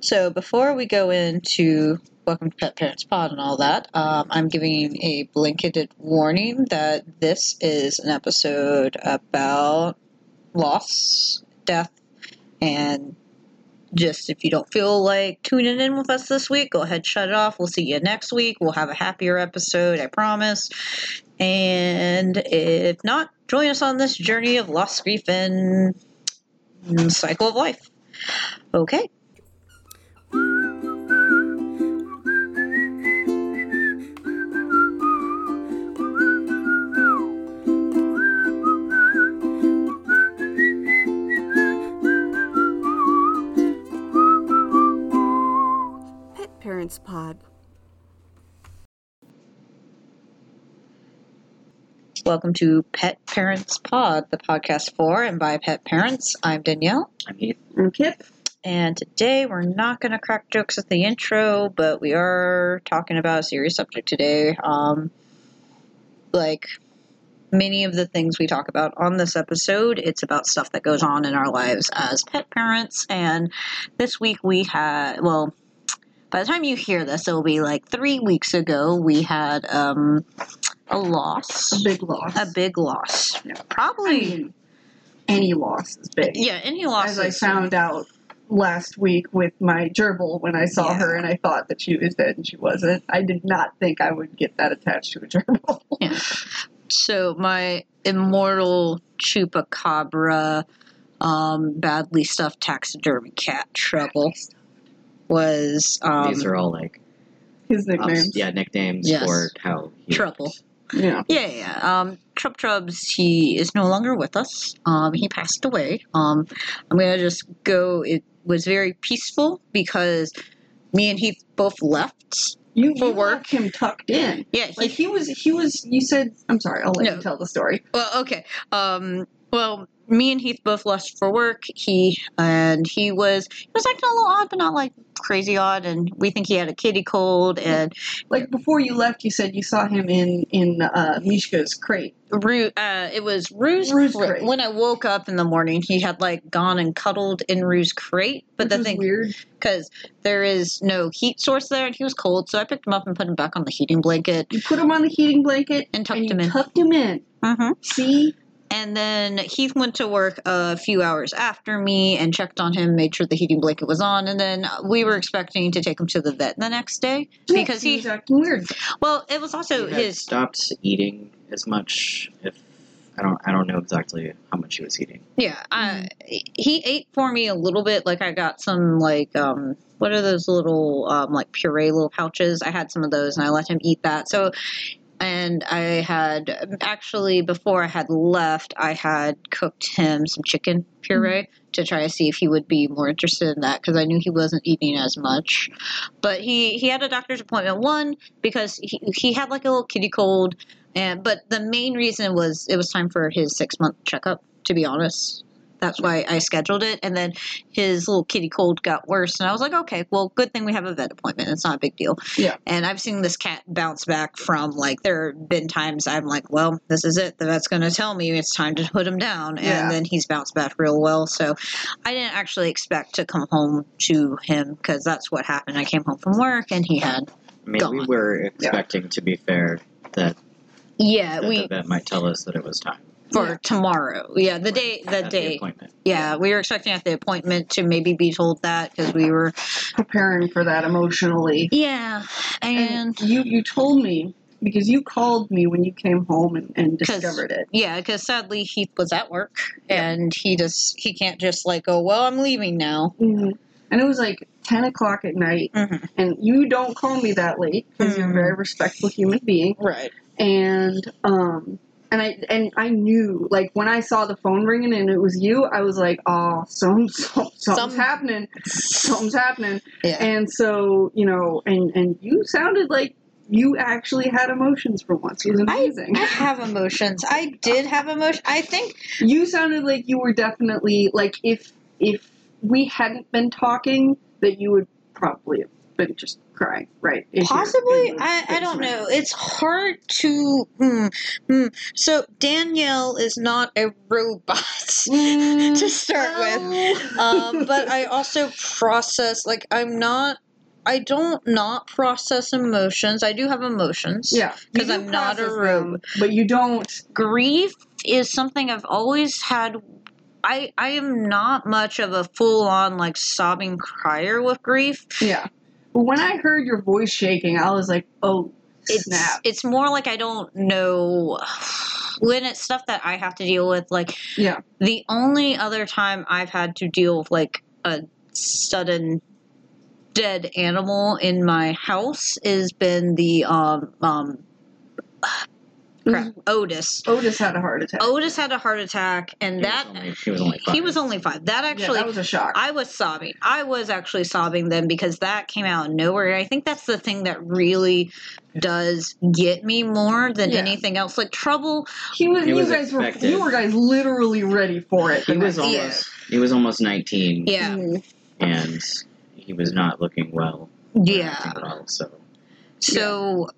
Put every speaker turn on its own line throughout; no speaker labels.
So before we go into Welcome to Pet Parents Pod and all that, um, I'm giving a blanketed warning that this is an episode about loss, death, and just if you don't feel like tuning in with us this week, go ahead, shut it off. We'll see you next week. We'll have a happier episode, I promise. And if not, join us on this journey of loss, grief, and mm, cycle of life. Okay.
Pet Parents Pod.
Welcome to Pet Parents Pod, the podcast for and by pet parents. I'm Danielle,
I'm Kip.
and today we're not going to crack jokes at the intro, but we are talking about a serious subject today. Um, like many of the things we talk about on this episode, it's about stuff that goes on in our lives as pet parents. And this week we had, well, by the time you hear this, it will be like three weeks ago, we had um, a loss.
A big loss.
a big loss.
Yeah. I
Probably,
mean, any loss is big.
yeah, any loss.
As I
is-
found out last week with my gerbil when I saw
Yeah.
her and I thought that she was dead and she wasn't. I did not think I would get that attached to a gerbil.
So my immortal chupacabra, um, badly stuffed taxidermy cat trouble was um,
These are all like ups-
His nickname.
yeah nicknames
Yes.
for how he
trouble.
yeah.
Yeah, yeah. yeah. Um, Trub Trubs, he is no longer with us. Um, he passed away. Um, I'm gonna just go. It was very peaceful because me and he both left.
You,
For
you
work.
left him tucked in.
Yeah, he
Like he was he was you said I'm sorry, I'll let
No.
you tell the story.
Well, okay. Um, well, me and Heath both left for work. He and he was he was acting a little odd, but not like crazy odd. And we think he had a kitty cold. And
Like before you left you said you saw him in in uh, Mishka's crate.
Ru, uh, it was Rue's,
Rue's
cra-
crate.
When I woke up in the morning, he had like gone and cuddled in Rue's crate. But
which
the
was
thing,
weird.
because there is no heat source there, and he was cold, so I picked him up and put him back on the heating blanket
You put him on the heating blanket
and tucked
and you
him in.
tucked him in.
hmm
See?
And then Heath went to work a few hours after me and checked on him, made sure the heating blanket was on, and then we were expecting to take him to the vet the next day because
Yeah,
he.
was acting weird.
Well, it was also
he had
his.
stopped eating as much. If I don't, I don't know exactly how much he was eating.
Yeah, I, he ate for me a little bit. Like I got some like um, what are those little um, like puree little pouches? I had some of those, and I let him eat that. So, and I had actually before I had left, I had cooked him some chicken puree to try to see if he would be more interested in that because I knew he wasn't eating as much. But he he had a doctor's appointment one because he he had like a little kitty cold, and but the main reason was it was time for his six month checkup. To be honest, that's why I scheduled it. And then his little kitty cold got worse, and I was like, okay, well, good thing we have a vet appointment. It's not a big deal.
Yeah.
And I've seen this cat bounce back from like there have been times I'm like, well, this is it. The vet's going to tell me it's time to put him down, and
Yeah.
then he's bounced back real well. So I didn't actually expect to come home to him because that's what happened. I came home from work, and he had
I mean, we
Gone.
were expecting, to be fair, that,
yeah
that the
we
vet might tell us that it was time.
for
Yeah.
tomorrow. Yeah, the day the
at The
day.
appointment.
yeah, we were expecting at the appointment to maybe be told that because we were
preparing for that emotionally.
Yeah, and
you you told me because you called me when you came home and, and
'Cause-
discovered it.
yeah, because sadly Heath was at work, and he just he can't just like go. Well, I'm leaving now.
Mm-hmm. And it was like ten o'clock at night,
Mhm.
and you don't call me that late because you're a
Mhm.
very respectful human being.
Right.
And um, and I and I knew like when I saw the phone ringing and it was you, I was like, oh, some, some something's
Some-
happening, something's happening.
Yeah.
And so you know, and and you sounded like you actually had emotions for once. It was amazing.
I have emotions. I did have emotion. I think.
you sounded like you were definitely like if if we hadn't been talking that you would probably have but just cry right issue.
Possibly,
It was-
I, I
it was
don't
nice.
know. It's hard to. Hmm, hmm. So Danielle is not a robot
Mm,
to start with,
no.
um, but I also process. Like I'm not. I don't not process emotions. I do have emotions.
yeah, you
'Cause
do
I'm not a
process
robe.
them, but you don't.
grief is something I've always had. I I am not much of a full on like sobbing crier with grief.
Yeah, but when I heard your voice shaking, I was like, oh
It's
snap!
it's more like I don't know when it's stuff that I have to deal with. Like
Yeah,
the only other time I've had to deal with like a sudden dead animal in my house has been the um um crap, Otis.
Otis had a heart attack.
Otis had a heart attack, and
He
that
was only, he was only five.
he was only five. That
yeah,
actually
that was a shock.
I was sobbing. I was actually sobbing then because that came out of nowhere. And I think that's the thing that really does get me more than
Yeah.
anything else. Like trouble,
he was.
It
you
was
guys
expected.
were. You were guys literally ready for it. the
He was
next day.
almost. He was almost nineteen,
yeah,
Mm.
and he was not looking well. or
yeah.
acting well, so
So,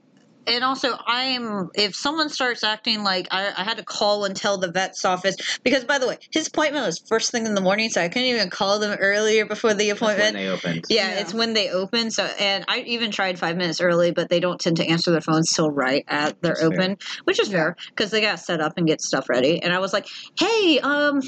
and also, I'm if someone starts acting like I, I had to call and tell the vet's office because, by the way, his appointment was first thing in the morning, so I couldn't even call them earlier before the
that's when
appointment.
they opened.
Yeah,
Yeah.
it's when they open. So, and I even tried five minutes early, but they don't tend to answer their phones till right at their
That's fair.
open, which is
Yeah.
fair because they got set up and get stuff ready. And I was like, hey, um,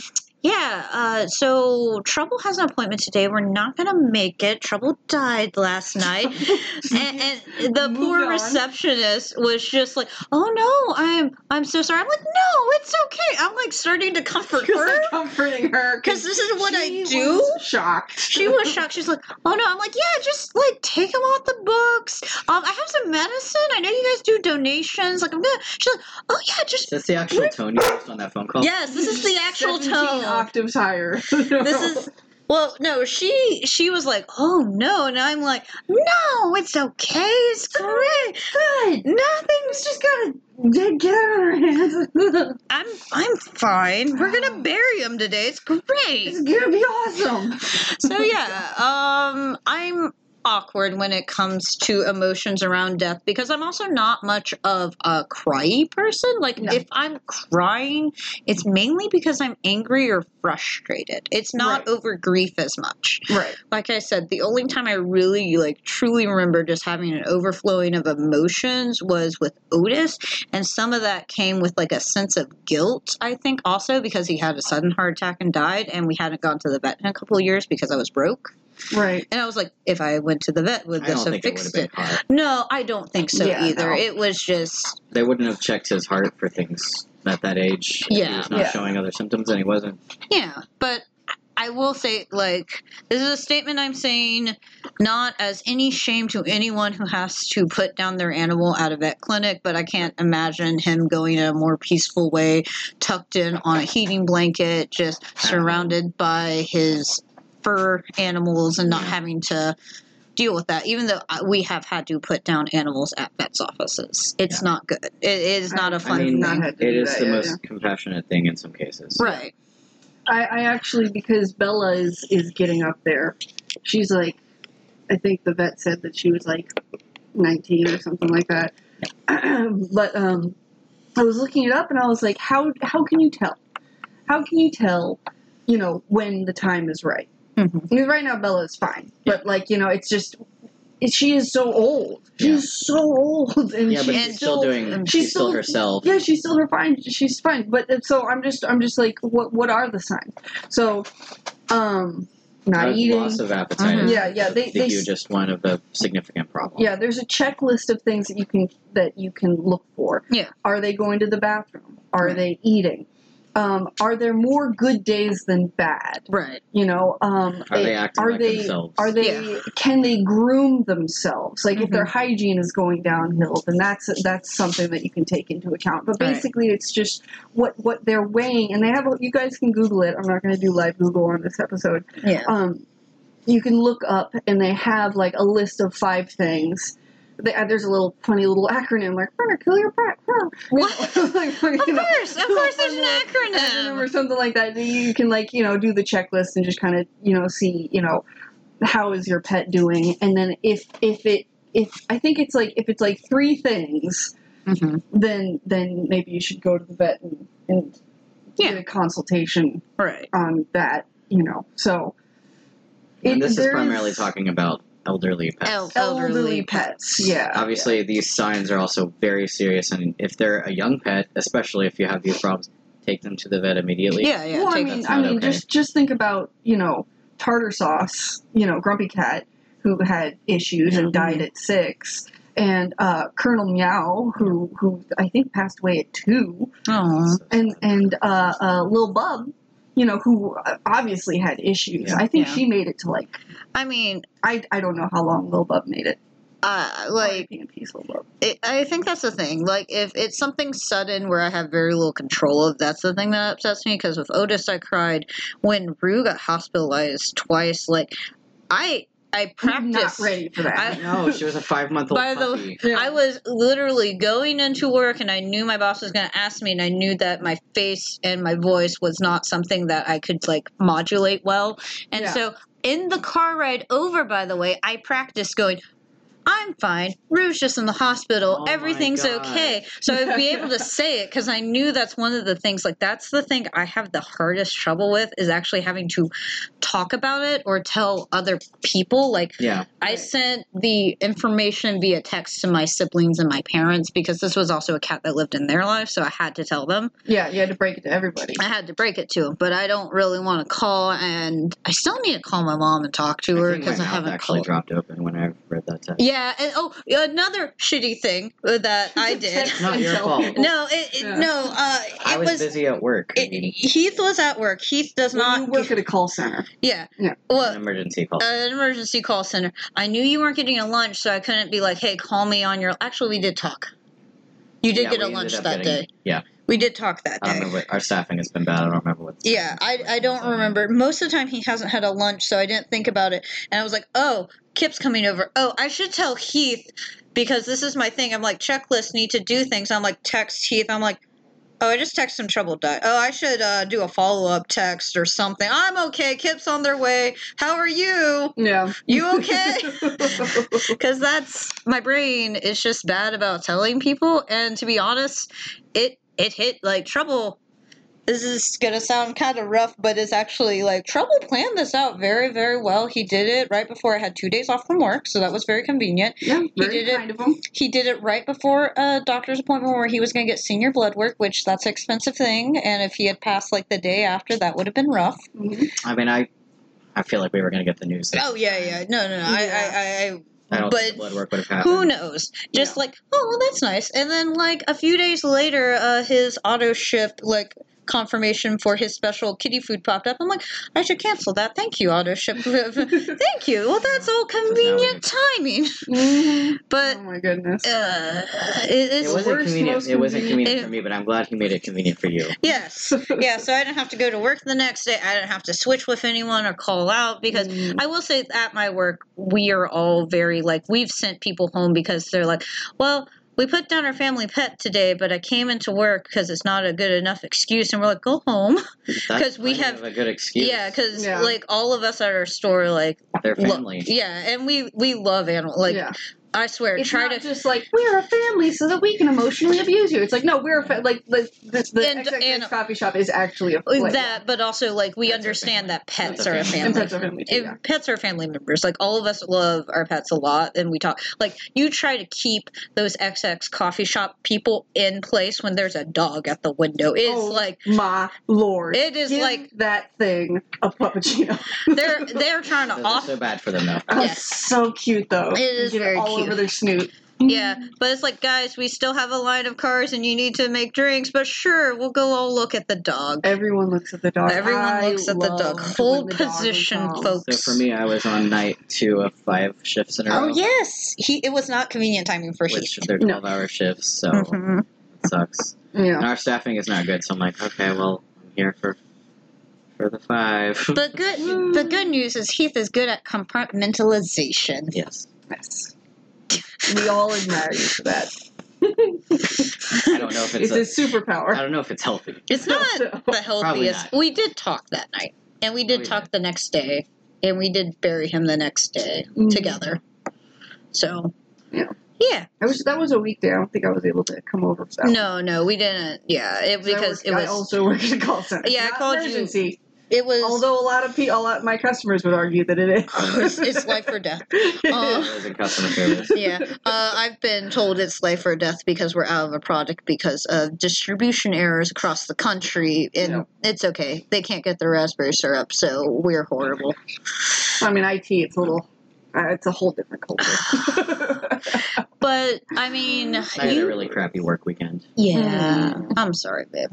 yeah, uh, so Trouble has an appointment today. We're not going to make it. Trouble died last night. and, and the
Moved
poor
on.
receptionist was just like, oh no, I'm, I'm so sorry. I'm like, no, it's okay. I'm like starting to comfort
She was,
her.
like, comforting her
Because this is what
she
I do
was shocked.
she was shocked. She's like, "Oh no!" I'm like, "Yeah, just like take them off the books. Um, I have some medicine. I know you guys do donations. Like, I'm gonna." She's like, "Oh yeah, just
That's the actual tone you used on that phone call.
yes. This is the actual
17
tone.
octaves higher.
This is." Well, no, she she was like, "Oh no," and I'm like, "No, it's okay. It's great.
good.
Nothing's just gonna.
Get, get out of her hands.
I'm I'm fine. We're gonna bury him today. It's great."
it's gonna be awesome.
so yeah um i'm awkward when it comes to emotions around death because i'm also not much of a cryy person like
No.
if i'm crying it's mainly because i'm angry or frustrated it's not
Right.
over grief as much
Right.
like i said the only time i really like truly remember just having an overflowing of emotions was with otis and some of that came with like a sense of guilt i think also because he had a sudden heart attack and died and we hadn't gone to the vet in a couple of years because i was broke
Right.
and i was like if i went to the vet would
I
this
don't
have
think it would have
fixed
been
it
caught.
no i don't think so
Yeah,
either
no.
it was just
They wouldn't have checked his heart for things at that age. if
Yeah.
he was not
Yeah.
showing other symptoms, and he wasn't.
Yeah, but I will say, like, this is a statement I'm saying not as any shame to anyone who has to put down their animal at a vet clinic, but I can't imagine him going in a more peaceful way, tucked in on a heating blanket, just surrounded by his fur animals and not
Yeah.
having to deal with that even though I- we have had to put down animals at vets offices it's
Yeah.
not good it it is not a fun
I mean,
not
thing
had to
it
do
is
that,
the
yeah,
most
yeah.
compassionate thing in some cases.
right
I, I actually because Bella is is getting up there. She's like, I think the vet said that she was like nineteen or something like that. but um, I was looking it up and I was like, how how can you tell? How can you tell? You know when the time is right.
Mm-hmm.
Mhm.
Because right now Bella is fine, but like you know, it's just it, she is so old. She's
Yeah.
so old, and
Yeah, but
she's
And
she's still doing.
she's
She's still
still-
herself.
yeah, she's still her fine. She's fine. But it's- so I'm just I'm just like what what are the signs? So, um, not
Uh,
eating. Uh-huh.
Loss of appetite.
Mhm.
is
Yeah, yeah, they-
the
they s-
hugest one of the significant problems.
yeah, there's a checklist of things that you can that you can look for.
Yeah.
Are they going to the bathroom? Are
Right.
they eating? Um, are there more good days than bad?
right
You know, um,
Are they
it-
acting
are
like
they,
themselves?
Are they? Can they groom themselves? Like if
Mhm.
their hygiene is going downhill, then that's that's something that you can take into account. But
Right.
basically, it's just what what they're weighing, and they have. a- You guys can Google it. I'm not going to do live Google on this episode.
yeah
Um, you can look up, and they have like a list of five things. They, uh, there's a little funny little acronym like "Burner, kill your brat." burr," you
What?
know, like, you
Of
know.
course, of course, there's an
acronym or
acronym.
something like that. You can like you know do the checklist and just kind of you know see you know how is your pet doing and then if if it if i think it's like if it's like three things
hmm
then then maybe you should go to the vet and, and
Yeah.
get a consultation
Right.
on that you know so
And
it-
this is
there
primarily talking about elderly pets.
El-
elderly, pets. yeah
Obviously, these signs are also very serious, and if they're a young pet, especially if you have these problems, take them to the vet immediately.
Yeah, yeah.
well, I
take
mean,
that.
I
not
mean,
okay.
just just think about you know tartar sauce, you know Grumpy Cat who had issues and died at six, and uh, Colonel Meow who who I think passed away at two,
Aw.
and and uh, uh, Lil Bub, you know who uh, obviously had issues.
Yeah.
I think
Yeah.
she made it to like
I mean,
I I don't know how long Lil Bub made it.
uh, like
R.I.P. in peace, Lil Bub.
it, I think that's the thing. Like, if it's something sudden where I have very little control of, that's the thing that upsets me. Because with Otis, I cried when Rue got hospitalized twice. Like, I I
I'm
practiced.
not ready for that.
I-
No, she was a five-month-old
By the-
puppy.
Yeah.
I was literally going into work, and I knew my boss was going to ask me, and I knew that my face and my voice was not something that I could like modulate well. And
Yeah.
so, in the car ride over, by the way, I practiced going. I'm fine. Rue's just in the hospital.
Oh my
Everything's
God.
okay. So I'd be able to say it because I knew that's one of the things. Like that's the thing I have the hardest trouble with is actually having to talk about it or tell other people. Like
yeah,
I
Right.
sent the information via text to my siblings and my parents because this was also a cat that lived in their life, so I had to tell them.
yeah, you had to break it to everybody.
I had to break it to them, but I don't really want to call, and I still need to call my mom and talk to her
I think my
because I,
mouth
haven't
actually
called.
dropped open when I read that text.
Yeah, and oh, another shitty thing that I did.
Not your fault.
no, it, it-
Yeah.
no, uh,
I
it
was,
was.
busy at work. I mean,
it- Heath was at work. Heath does
Well,
not.
you work at a call center.
yeah.
Yeah.
Well, uh,
an emergency call.
an emergency call center. I knew you weren't getting a lunch, so I couldn't be like, "Hey, call me on your." Actually, we did talk. You did
Yeah,
get a
we
lunch
ended
that
up getting-
day.
Yeah,
We did talk that
I don't
day.
remember. What, our staffing has been bad. I don't remember what.
Yeah, I, I don't
Something.
remember. Most of the time, he hasn't had a lunch, so I didn't think about it. And I was like, oh, Kip's coming over. Oh, I should tell Heath because this is my thing. I'm like, checklist, need to do things. I'm like, text Heath. I'm like, oh, I just texted him trouble diet. Oh, I should uh, do a follow up text or something. I'm okay. Kip's on their way. How are you?
Yeah.
You okay? because that's my brain is just bad about telling people and to be honest it it hit like trouble this is gonna sound kind of rough but it's actually like trouble planned this out very very well he did it right before i had two days off from work so that was very convenient
yeah, very
did it.
kind of him.
he did it right before a doctor's appointment where he was gonna get senior blood work which that's an expensive thing and if he had passed like the day after that would have been rough
Mhm.
I mean, I I feel like we were gonna get the news. that-
oh yeah yeah no no no I I, I, I
I don't think
but
the blood work would have happened.
who knows just like oh well that's nice and then like a few days later uh, his auto ship like confirmation for his special kitty food popped up i'm like i should cancel that thank you auto ship thank you well that's all convenient timing
Mhm.
but
oh my goodness.
Mm-hmm. uh it,
It
it's
wasn't
worst,
convenient.
most
It wasn't
convenient-
convenient for me, but I'm glad he made it convenient for you.
yes yeah so i didn't have to go to work the next day i didn't have to switch with anyone or call out because
Mm.
I will say at my work, we are all very like we've sent people home because they're like, well, we put down our family pet today, but I came into work because it's not a good enough excuse, and we're like, go home,
That's
'Cause we
plenty
have-
of a good excuse.
Yeah, 'cause yeah,
Yeah.
because like all of us at our store, like,
their
lo-
family.
yeah, and we we love animals. Like
yeah.
I swear,
it's
try
not
to
just like we're a family so that we can emotionally abuse you. It's like no, we're a fa- like the the, the
And-
XXX
and-
coffee shop is actually a
like,
like,
that, but also like we
Pets are
understand
family.
that pets
Pets are
are a
family.
and
family.
pets are family too.
If
Yeah.
pets are family members. Like all of us love our pets a lot, and we talk. Like you try to keep those XX coffee shop people in place when there's a dog at the window. It's
Oh.
like
My lord,
It is
Give
like-
that thing a puppuccino.
they're they're trying to
They're
off.
so bad for them though.
Oh,
Yes.
so cute though.
It is
Get
very
all
cute.
over their snoot.
Yeah, but it's like, guys, we still have a line of cars, and you need to make drinks. But sure, we'll go all look at the dog.
Everyone looks at the dog.
Everyone
I
looks at the dog.
loved
Full
when the dog would
position,
come.
folks.
So for me, I was on night two of five shifts in a row.
Oh yes, he. It was not convenient timing for
Which
Heath.
they're
No.
12 hour shifts, so
Mhm.
it sucks. And
Yeah.
our staffing is not good, so I'm like, okay, well, I'm here for for the five.
The good, the good news is Heath is good at compartmentalization.
yes.
Yes. We all admire you for that.
I don't know if
It's
it's,
a
a,
superpower.
I don't know if it's healthy.
It's not
So-
the healthiest. We did talk that night, and we did
Probably
talk
not.
the next day. and we did bury him the next day
Mm.
together. So
Yeah.
yeah.
I was that was a weekday. I don't think I was able to come over for that.
No, no, we didn't. Yeah, it
I
because
worked-
it
I
was
also worked at a call center.
Yeah, I
Not
called you-
emergency.
it was Oh,
Although a lot of people, a lot my customers would argue that it
it's,
is.
it's life or death.
It
Uh,
was in customer service.
yeah, uh, I've been told it's life or death because we're out of a product because of distribution errors across the country, and
Yeah.
it's okay. They can't get their raspberry syrup, so we're horrible.
I mean, IT. It's a little. Uh, it's a whole different culture.
But I mean,
I had
you
a really crappy work weekend.
yeah,
Mm.
I'm sorry, babe.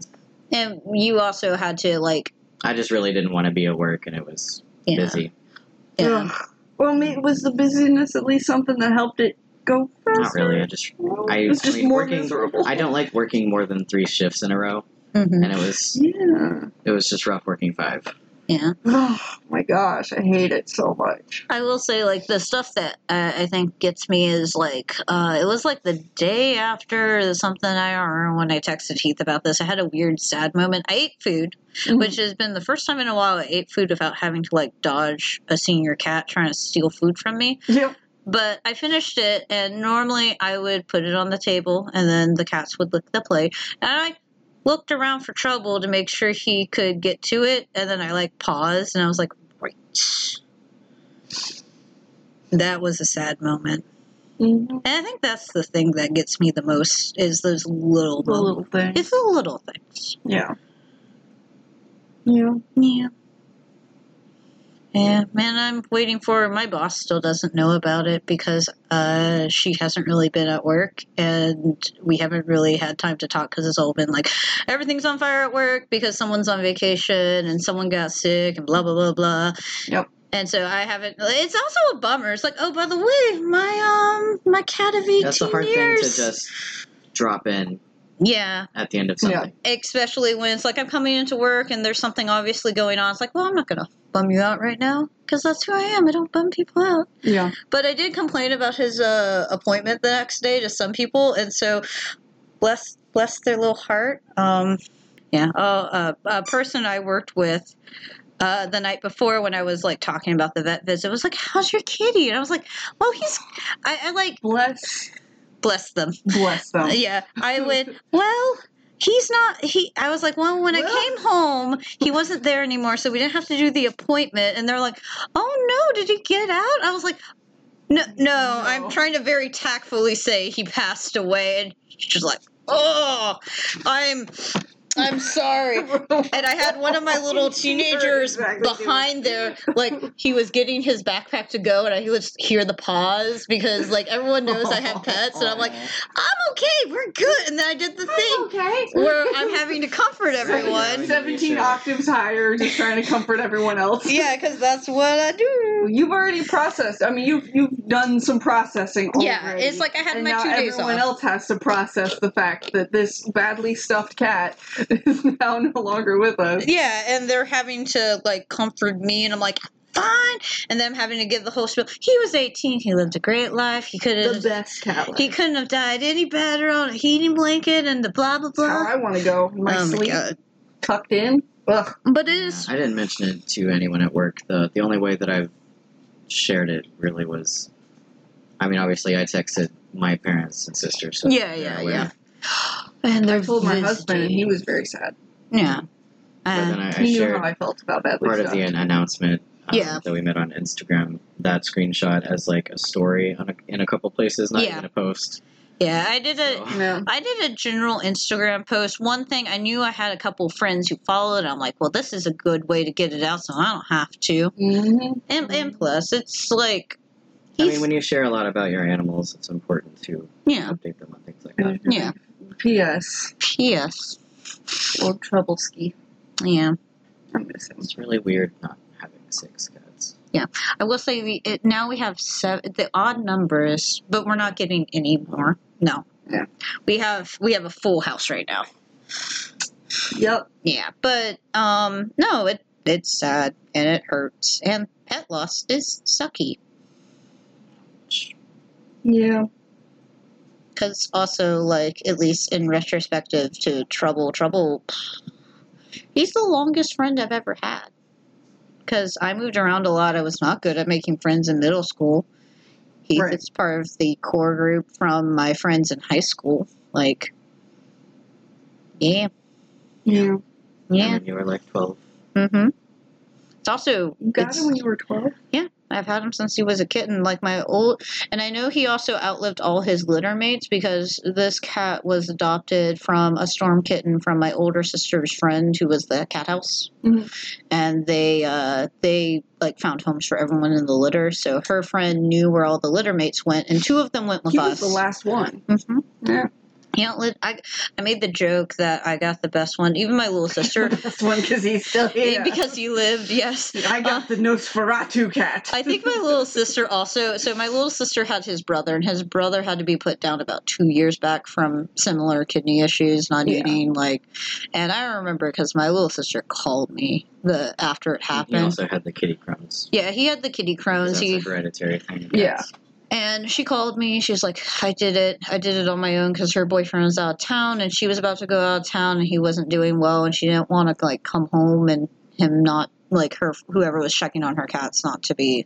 And you also had to like
I just really didn't want to be at work, and it was
yeah,
busy.
yeah.
Ugh. Well, I mean, was the busyness at least something that helped it go faster?
Not really. I just
Well,
I-
it was just
I mean,
more
working-
miserable.
I don't like working more than three shifts in a row,
Mhm.
and it was
Yeah.
it was just rough working five.
yeah.
Oh my gosh, I hate it so much.
I will say, like, the stuff that uh, I think gets me is, like, uh, it was like the day after something. I don't remember when I texted Heath about this. I had a weird, sad moment. I ate food, which has been the first time in a while I ate food without having to, like, dodge a senior cat trying to steal food from me.
Yep.
But I finished it, and normally I would put it on the table, and then the cats would lick the plate. And I looked around for trouble to make sure he could get to it, and then I like paused, and I was like, "Right." That was a sad moment,
Mhm.
and I think that's the thing that gets me the most is those little
The
moments.
little thing.
It's the little things.
yeah. Yeah.
Yeah. Yeah, man, I'm waiting for my boss still doesn't know about it because uh, she hasn't really been at work and we haven't really had time to talk because it's all been like everything's on fire at work because someone's on vacation and someone got sick and blah blah blah blah.
Yep.
And so I haven't. It's also a bummer. It's like, oh, by the way, my um, my cat of eighteen
That's a hard
years.
thing to just drop in
yeah,
at the end of
Yeah.
something.
especially when it's like I'm coming into work and there's something obviously going on. It's like, well, I'm not gonna bum you out right now because that's who I am. I don't bum people out.
Yeah.
But I did complain about his uh, appointment the next day to some people, and so bless bless their little heart. Um, yeah, uh, uh, a person I worked with. Uh, the night before, when I was like talking about the vet visit, was like, "How's your kitty?" And I was like, "Well, he's," I, I like
Bless
bless them.
bless them.
Uh, Yeah, I would. Well, he's not. He. I was like, well, when I
Well.
came home, he wasn't there anymore, so we didn't have to do the appointment. And they're like, oh no, did he get out? I was like, no, no.
No.
I'm trying to very tactfully say he passed away, and she's like, oh, I'm, I'm sorry. And I had one of my little teenagers behind there, like he was getting his backpack to go, and I would just hear the pause because, like, everyone knows I have pets, and I'm like, I'm okay, we're good. And then I did the thing
okay.
where I'm having to comfort everyone.
Seventeen octaves higher, just trying to comfort everyone else.
Yeah, because that's what I do.
You've already processed. I mean, you've you've done some processing.
Yeah,
already.
it's like I had
and
my
now
two days
everyone
off.
else has to process the fact that this badly stuffed cat is now no longer with us.
Yeah, and they're having to like comfort me, and I'm like, fine. And then I'm having to give the whole spiel. He was 18. He lived a great life. He could
The
have.
best cat.
He
life.
couldn't have died any better on a heating blanket and the blah blah
That's how
blah.
I want to go. My
oh my
sleep
god!
tucked in. Ugh.
But it is
I didn't mention it to anyone at work. The the only way that I've shared it really was, I mean, obviously I texted my parents and sisters. so
Yeah,
they're
yeah,
aware.
yeah. and
I
they're
told my
visiting.
husband, and he was very sad.
yeah.
But
Uh,
then I, I
He knew
shared
how I felt about badly
part of
stuffed.
the an- announcement um,
Yeah.
that we made on Instagram. That screenshot as like a story on a, in a couple places, not
Yeah. Uh,
even a post.
yeah, I did a
So,
no.
I did a general Instagram post. One thing I knew I had a couple friends who followed. I'm like, well, this is a good way to get it out, so I don't have to.
Mm-hmm.
And, and plus, it's like,
I
he's,
mean, when you share a lot about your animals, it's important to
yeah, Mm-hmm.
update them on things like that.
Mm-hmm.
yeah,
P.S.
P.S.
Old Troubleski.
Yeah,
I miss him.
It's really weird not having six cats.
I will say the it, now we have seven. The odd numbers, but we're not getting any more. No,
Yeah.
we have we have a full house right now.
Yep.
Yeah, but um, no, it it's sad and it hurts, and pet loss is sucky.
Yeah.
because also like at least in retrospective to trouble trouble he's the longest friend i've ever had because I moved around a lot. I was not good at making friends in middle school. Heath
Right.
is part of the core group from my friends in high school. Like, yeah,
Yeah.
And
yeah.
when you were like 12.
Mm-hmm. It's also
You got
it's-
it when you were 12?
I've had him since he was a kitten. Like my old, and I know he also outlived all his litter mates because this cat was adopted from a storm kitten from my older sister's friend who was the cat house,
Mhm.
and they uh, they like found homes for everyone in the litter. So her friend knew where all the litter mates went, and two of them went with
He was
us.
the last one.
Mhm.
Yeah.
He outlived. I I made the joke that I got the best one. Even my little sister.
Last one because he's still here.
Because he lived, yes.
I got the Nosferatu cat.
Uh, I think my little sister also. So my little sister had his brother, and his brother had to be put down about two years back from similar kidney issues, not
Yeah.
eating. Like, and I remember because my little sister called me the after it
You
happened.
also had the kitty crumbs.
Yeah, he had the kitty
'cause
crones.
That's a
He
hereditary thing.
Yeah.
and she called me. She's like, I did it. I did it on my own because her boyfriend was out of town and she was about to go out of town and he wasn't doing well and she didn't want to like come home and him not like her whoever was checking on her cats not to be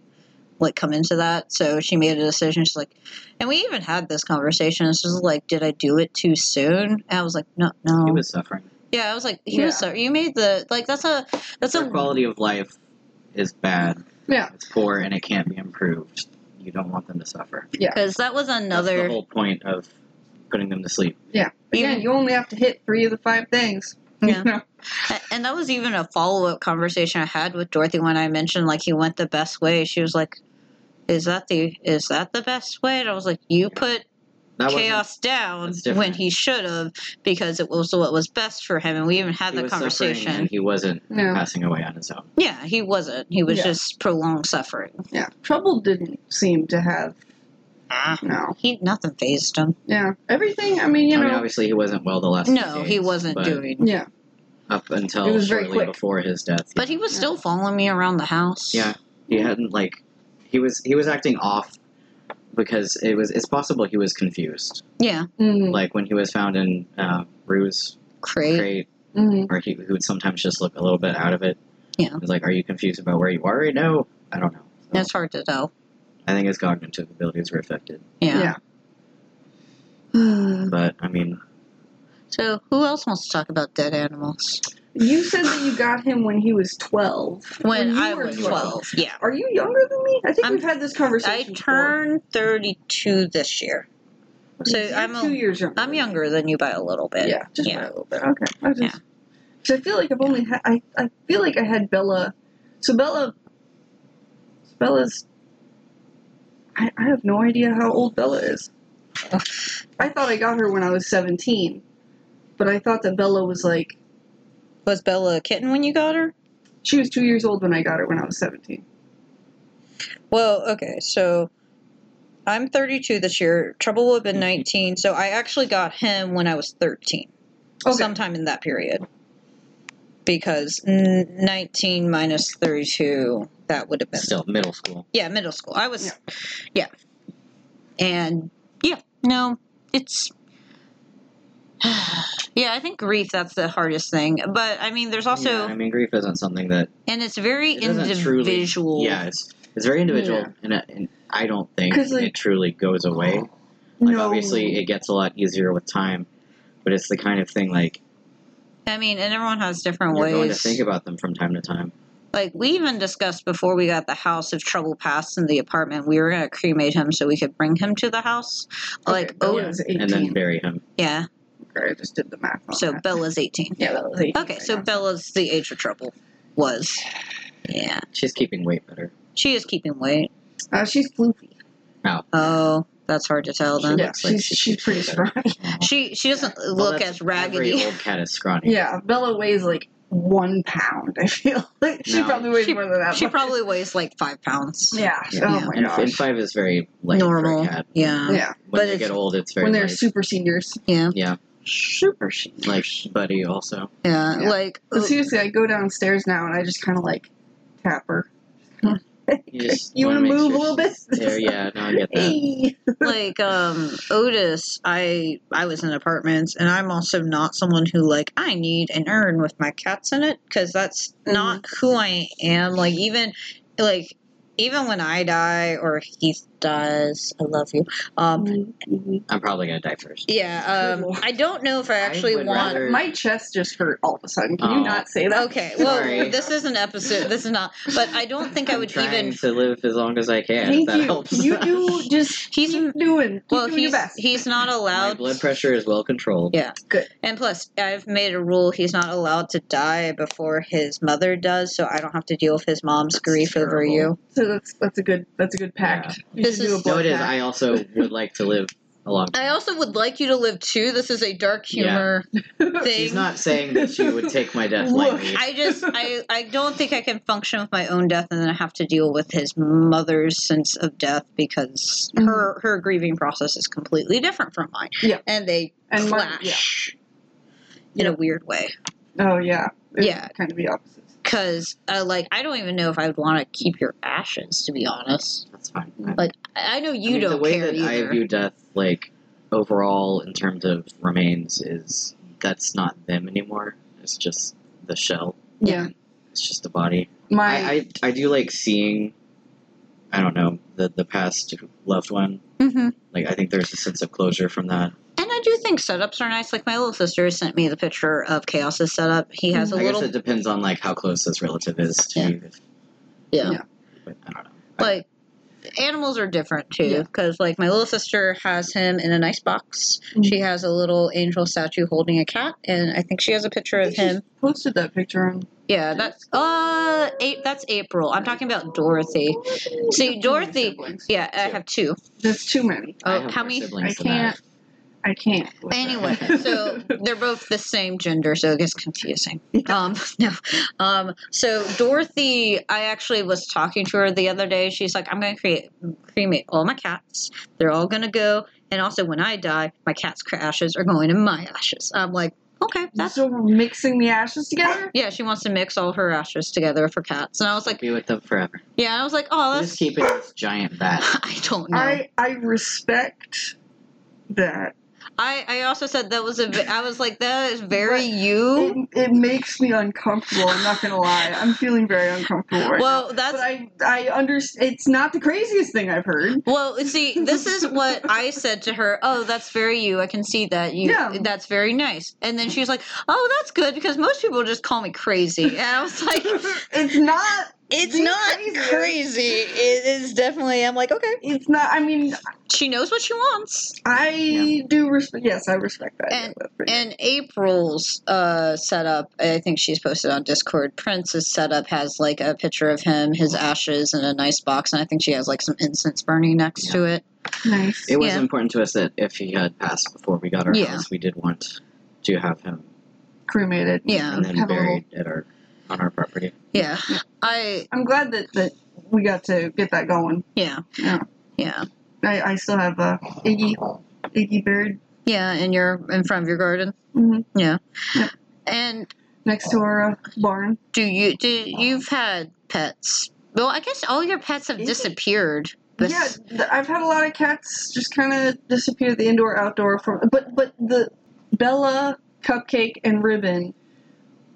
like come into that. So she made a decision. She's like, and we even had this conversation. It's just like, did I do it too soon? And I was like, no, no.
He was suffering.
yeah, I was like, he
Yeah.
was so, you made the like that's a that's
Their
a
quality of life is bad.
Yeah.
It's poor and it can't be improved. You don't want them to suffer.
because that was
That's the
another.
whole point of putting them to sleep.
Again, you only have to hit three of the five things. you
Yeah.
know?
A- And that was even a follow up conversation I had with Dorothy when I mentioned like he went the best way. She was like, "Is that the is that the best way?" And I was like, "You put
That wasn't-
chaos down
that's different.
when he should have because it was what was best for him." And we even had
he
that
was suffering
conversation.
and he wasn't
No.
passing away on his own.
yeah, he wasn't. He was
Yeah.
just prolonged suffering.
Yeah. Trouble didn't seem to have.
uh.
Ah,
No.
he nothing phased him.
Yeah. Everything, I mean, you
I
know.
mean, obviously, he wasn't well the last.
No,
few
he
days,
wasn't
but
doing.
yeah.
up until
It was very
shortly
quick.
before his death.
But he was
Yeah.
still following me around the house.
yeah, he hadn't like he was he was acting off because it was it's possible he was confused.
yeah,
Mm,
Like when he was found in uh, Rue's
great.
crate,
mm,
or he, he would sometimes just look a little bit out of it.
Yeah.
It was like, are you confused about where you are right now? I don't know. So,
It's hard to tell.
I think his cognitive abilities were affected,
yeah.
yeah.
Mm-hmm.
but I mean,
So who else wants to talk about dead animals?
You said that you got him when he was 12.
when,
you
I
were
was 12. Yeah.
Are you younger than me? I think
I'm-
we've had this
I
conversation.
turned 32 this year.
before.
so
You're
I'm a-
two years younger.
I'm younger than you by a little bit.
Yeah, just
Yeah.
by a little bit. Okay, I just. So I feel like I've only had. I, I feel like I had Bella. So Bella. Bella's. I, I have no idea how old Bella is. I thought I got her when I was seventeen, but I thought that Bella was like
Was Bella a kitten when you got her?
she was two years old when I got her when I was seventeen.
Well, okay, so I'm 32 this year. Trouble would have been 19, so I actually got him when I was 13.
Okay.
Sometime in that period. Because n- 19 minus 32, that would have been.
still middle school.
Yeah, middle school. I was,
Yeah.
yeah. And yeah, no, it's. yeah, I think grief, that's the hardest thing. But I mean, there's also.
Yeah, I mean, grief isn't something that
and it's very
it doesn't truly-
individual.
yeah, it's it's very individual,
Yeah.
and, I- and I don't think
'Cause, like-
it truly goes away. Like obviously, it gets a lot easier with time, but it's the kind of thing like
I mean, and everyone has different
you're going to
ways.
think about them from time to time.
like, we even discussed before we got the house of trouble passed in the apartment, we were going to cremate him so we could bring him to the house.
Okay,
Like, oh,
Bella is eighteen.
and then bury him.
yeah.
Okay, I just did the math. On
So
that.
Bella's 18.
yeah, Bella's eighteen.
Okay,
right
so
now.
Bella's the age of trouble. Was. Yeah.
She's keeping weight better.
She is keeping weight.
uh, she's floofy.
Oh, that's hard to tell then.
Yeah,
looks like
she's
she
she's
keeps
pretty
it
strong.
She she doesn't
Well,
look
that's-
as
Every
raggedy.
old cat is scrawny.
Yeah, Bella weighs like one pound. I feel like she
No.
probably weighs
She-
more than that.
She
but-
probably weighs like five pounds.
Yeah.
Yeah.
Oh my
and,
gosh.
and five is very light
Normal.
for a cat.
Yeah.
yeah.
When
But
they
it's-
get old, it's very
When they're
light.
super seniors.
Yeah.
yeah,
Super seniors.
like Buddy also.
Yeah.
Yeah.
Like
But seriously, I go downstairs now and I just kind of like tap her.
You, just
You want
wanna
to
make sure
move a little
she's-
bit?
there. Yeah, no, I get that.
like um Otis, I I was in apartments, and I'm also not someone who like I need an urn with my cats in it because that's
Mm-hmm.
not who I am. Like even like even when I die or Heath dies, I love you. Um,
Mm-hmm.
Mhm.
I'm probably gonna die first.
yeah,
Good
um,
lord.
I don't know if I
I
actually
would
want.
rather-
My chest just hurt all of a sudden. Can
Oh.
you not say that?
Okay, well,
Sorry.
this is an episode. This is not, but I don't think I would
Trying
even.
to live as long as I can. if
Thank
that
you.
helps.
You do just
He's-
keep doing. Keep
Well,
doing
he's
your best.
he's not
My
allowed.
blood pressure is well controlled.
Yeah.
Good.
And plus, I've made a rule he's not allowed to die before his mother does, so I don't have to deal with his mom's
That's
grief over
terrible.
you.
So that's that's a good that's a good pact. You
This
should do
is-
a
No,
blood
it is.
pact.
I also would like to live a long.
I also would like you to live too. This is a dark humor thing.
She's not saying that she would take my death
Look,
lightly.
I just I I don't think I can function with my own death, and then I have to deal with his mother's sense of death because her her grieving process is completely different from mine.
Mm-hmm. Yeah.
and they
And mine-
clash in a
Yeah.
weird way.
oh yeah. It's
Yeah.
Kind of the opposite.
Because uh, like I don't even know if I would want to keep your ashes, to be honest.
That's fine.
Like I I know
I
you
mean,
don't
the way
care
that
either.
I view death, like overall in terms of remains, is that's not them anymore. It's just the shell.
Yeah.
It's just a body.
My
I, I, I do like seeing. I don't know the the past loved one.
Mm-hmm.
Mhm.
Like I think there's a sense of closure from that.
And I do think setups are nice. Like my little sister sent me the picture of Chaos's setup. He has a
Mm-hmm.
I
little
guess it depends on like how close this relative is to
Yeah.
you.
yeah.
Yeah.
But I don't know.
like animals are different too
Yeah.
because like my little sister has him in a nice box
Mhm.
she has a little angel statue holding a cat and i think she has a picture
I
of
think she
him
posted that picture on
yeah that's uh eight, that's april i'm talking about dorothy See,
Too many
Dorothy-
siblings.
yeah i have two
There's too many.
I
oh
have
how
more
many
siblings
I
than have.
can't- I can't. with that.
anyway so they're both the same gender so it gets confusing um no um so dorothy i actually was talking to her the other day she's like i'm gonna create cremate all my cats they're all gonna go and also when i die my cat's cra- ashes are going in my ashes i'm like okay that's
so we're mixing the ashes together.
yeah she wants to mix all her ashes together for cats and i was like
be with them forever.
yeah and i was like oh
Just
that's
keep it this giant bat.
i don't know
I I respect that.
I, I also said that was a ve- i was like that is very you
It, it makes me uncomfortable. I'm not gonna lie. I'm feeling very uncomfortable right now.
well that's
But I I understand. It's not the craziest thing I've heard.
Well, see, this is what I said to her. Oh, that's very you. I can see that. You,
Yeah.
That's very nice. And then she's like, oh, that's good because most people just call me crazy. And I was like,
it's not.
it's
Be
not
crazy.
crazy. It is definitely, I'm like, okay.
It's not. I mean,
She knows what she wants.
I
Yeah.
do respect. Yes, I respect that.
And-
Yeah, that's pretty-
And April's uh, setup, I think she's posted on Discord. Prince's setup has like a picture of him, his ashes, in a nice box. And I think she has like some incense burning next to it.
nice.
It was
Yeah.
important to us that if he had passed before we got our
Yeah.
house, we did want to have him
cremated.
Yeah.
and then
Have a little-
buried at our on our property.
Yeah. I,
I'm glad that that we got to get that going.
yeah.
Yeah.
Yeah.
I, I still have uh, Iggy Iggy buried
Yeah, and you're in front of your garden.
Mm-hmm.
mhm,
And
next to our uh, barn.
do you do you've had pets? Well, I guess all your pets have
Yeah.
disappeared. Bes-
Yeah, th- I've had a lot of cats just kind of disappear the indoor outdoor from. But but the Bella, Cupcake, and Ribbon,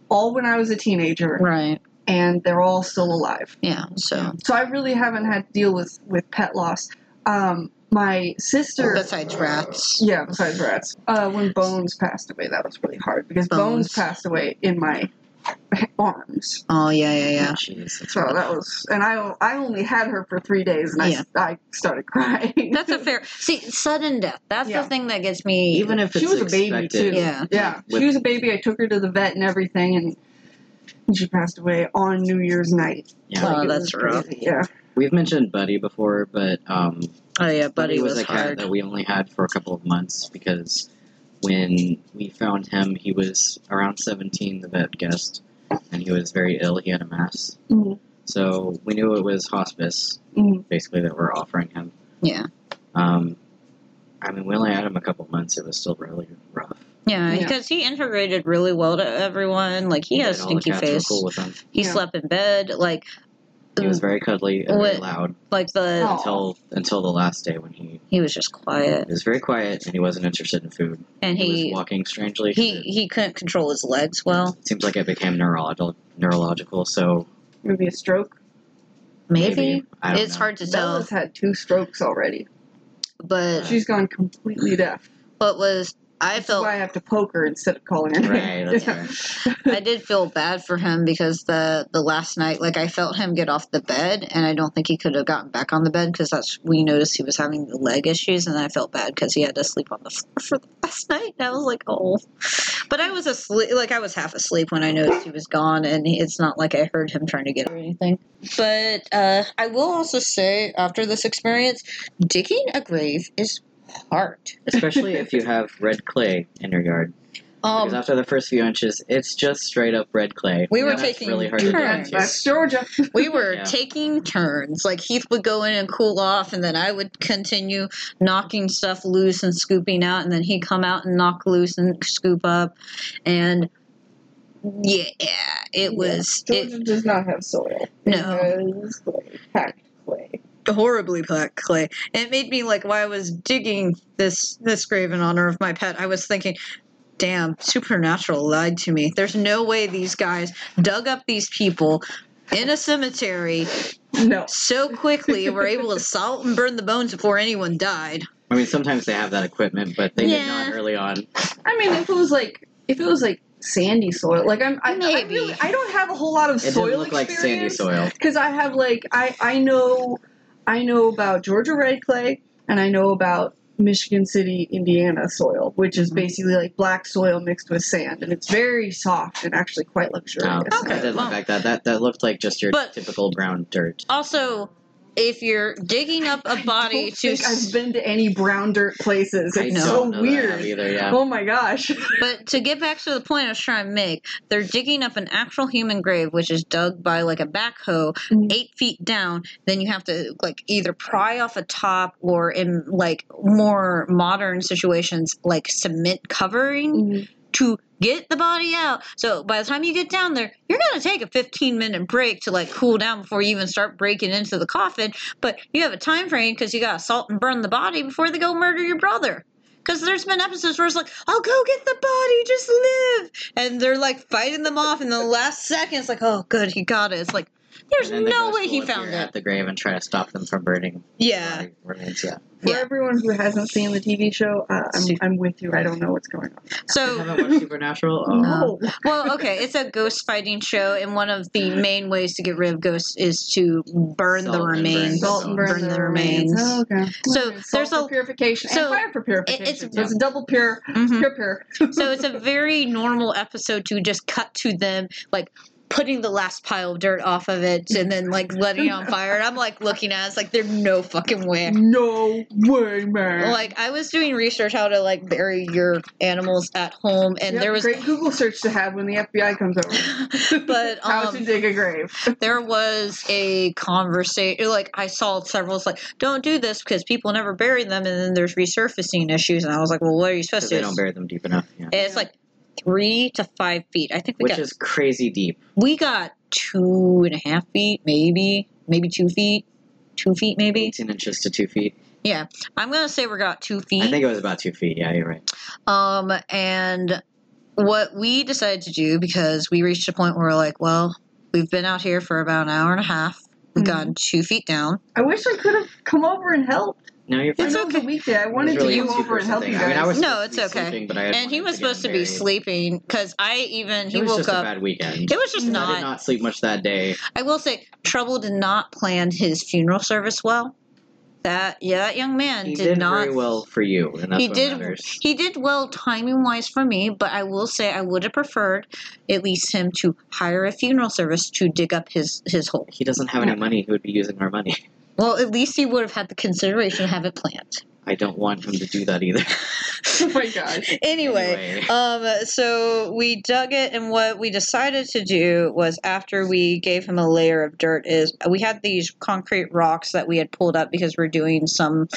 all when I was a teenager,
Right.
and they're all still alive.
Yeah. So
So I really haven't had to deal with with pet loss. Um, my sister,
besides rats.
yeah, besides rats, uh, when Bones passed away, that was really hard because Bones,
Bones.
passed away in my arms.
Oh yeah, yeah, yeah.
Jeez, that's
So that was, and I I only had her for three days, and I s- I started crying.
That's a fair. See, sudden death. That's
Yeah.
the thing that gets me.
even if
She
it's
was a baby,
expected,
too.
yeah.
yeah.
With-
she was a baby. I took her to the vet and everything, and. She passed away on New Year's night.
Yeah.
Oh,
it
that's
was
rough.
crazy, Yeah.
We've mentioned Buddy before, but um,
Oh yeah, buddy was,
was a cat
hard.
that we only had for a couple of months because when we found him, he was around 17. The vet guessed, and he was very ill. He had a mass,
Mhm.
so we knew it was hospice
Mhm.
basically that we're offering him.
Yeah.
Um, I mean, we only had him a couple months. It was still really rough.
Yeah,
Yeah.
because he integrated really well to everyone. Like he
And
has
all the
stinky
cats were
face.
cool with him.
He
Yeah.
slept in bed. Like
He was very cuddly and very
What?
loud
like the
Aw.
until until the last day when he,
he was just quiet
he was very quiet and he wasn't interested in food.
and
was
he
walking strangely. 'cause
he he couldn't control his legs well.
it seems like it became neurological. Neurological, so
Maybe a stroke.
Maybe,
maybe, I don't
it's
know.
hard to tell.
Bella's had two strokes already.
But
She's gone completely deaf.
what was I
That's why
felt
I have to poke her instead of calling her.
Right,
name.
that's
Yeah.
right.
I did feel bad for him because the the last night like I felt him get off the bed and I don't think he could have gotten back on the bed because that's we noticed he was having the leg issues and I felt bad because he had to sleep on the floor for the last night and I was like oh but I was asleep like I was half asleep when I noticed he was gone and it's not like I heard him trying to get or anything but uh, I will also say after this experience digging a grave is hard
Especially if you have red clay in your yard.
um,
because after the first few inches, it's just straight up red clay.
We were
And that's
taking
really hard
turns.
to get into.
That's Georgia.
we were
Yeah.
taking turns. Like Heath would go in and cool off, and then I would continue knocking stuff loose and scooping out, and then he'd come out and knock loose and scoop up. And yeah, it was
Georgia
it,
does not have soil.
No.
It has clay, packed clay.
horribly black clay. And it made me like while I was digging this this grave in honor of my pet, I was thinking. Damn, Supernatural lied to me. There's no way these guys dug up these people in a cemetery
No.
so quickly were able to salt and burn the bones before anyone died.
I mean, sometimes they have that equipment, but they did not
Yeah.
early on.
I mean, if it was like if it was like sandy soil, like I'm, I, I,
Maybe.
really, I don't have a whole lot of
It
soil
didn't look like sandy
experience.
soil.
because I have like I I know I know about Georgia red clay and I know about Michigan City, Indiana soil, which is
Mhm.
basically like black soil mixed with sand, and it's very soft and actually quite luxurious.
No,
Oh, Okay,
it didn't
well-
look like that. That that looked like just your
But-
typical brown dirt.
Also, if you're digging up a
I
body
don't
to,
think
s-
I've been to any brown dirt places.
I
It's
know.
don't
so
know that I have
weird.
either. Yeah,
Oh my gosh!
but to get back to the point I was trying to make, they're digging up an actual human grave, which is dug by like a backhoe,
Mhm.
eight feet down. Then you have to like either pry off a top, or in like more modern situations, like cement covering to get the body out. So by the time you get down there, you're going to take a 15 minute break to like cool down before you even start breaking into the coffin. But you have a time frame because you got to salt and burn the body before they go murder your brother. Because there's been episodes where it's like, I'll go get the body, just live. And they're like fighting them off. And the last second, it's like, oh, good, he got it. It's like, there's
And then the
no
ghost
way he
will appear
found
at
it.
the grave and try to stop them from burning.
Yeah.
body remains. Yeah,
For
Yeah.
everyone who hasn't seen the TV show, uh, I'm,
Su-
I'm with you. I don't know what's going on.
You
So,
haven't watched Supernatural. Oh.
No. well, okay, it's a ghost fighting show. And one of the main ways to get rid of ghosts is to burn
Salt
the
and burn.
remains.
salt and burn,
Burn
the
the remains.
remains. Oh, okay.
So,
Okay,
there's
salt
a-
for purification
so,
and fire for purification.
it's-
so it's a double pure,
Mhm.
pure pure.
so it's a very normal episode to just cut to them like putting the last pile of dirt off of it and then like letting it on fire and i'm like looking at it, it's like there's no fucking way
no way, man.
like i was doing research how to like bury your animals at home and
Yep,
there was
great Google search to have when the FBI comes over.
but
How
um,
to dig a grave?
there was a conversation like i saw several it's like don't do this because people never bury them and then there's resurfacing issues and i was like well what are you supposed
Because
to
they
do
don't bury them deep enough. Yeah.
And it's like three to five feet i think we
Which
got
is crazy deep.
We got two and a half feet, maybe, maybe two feet, two feet, maybe.
18 inches to 2 feet.
I'm gonna say we got two feet.
I think it was about 2 feet. Yeah, you're right.
um, and what we decided to do because we reached a point where we're like, well, we've been out here for about an hour and a half. We've
Mm-hmm.
Mhm.
gone gotten two feet down.
I wish I could have come over and helped.
No, you're fine.
It's
I know it was
okay.
a weekday. I wanted
It was really
to
a
go over and
two-person
help you
thing.
guys.
I mean, I was
No,
supposed to
it's
be
okay.
sleeping, but I had
And he
wanted
was
get
supposed to
him
be
buried.
sleeping because I even he
it was
woke
just a
up.
bad weekend.
It was just
Yeah.
I
not,
did not sleep much that day.
I will say, Trouble did not plan his funeral service well. That yeah, that young man
He
did,
did,
not
very well for you, and that's
he
what
did
matters.
he did well timing wise for me but i will say i would have preferred at least him to hire a funeral service to dig up his his hole
He doesn't have any money. He would be using our money.
well at least he would have had the consideration to have it planned
I don't want him to do that either.
Oh my gosh.
anyway
Anyway,
um so we dug it and what we decided to do was after we gave him a layer of dirt is we had these concrete rocks that we had pulled up because we're doing some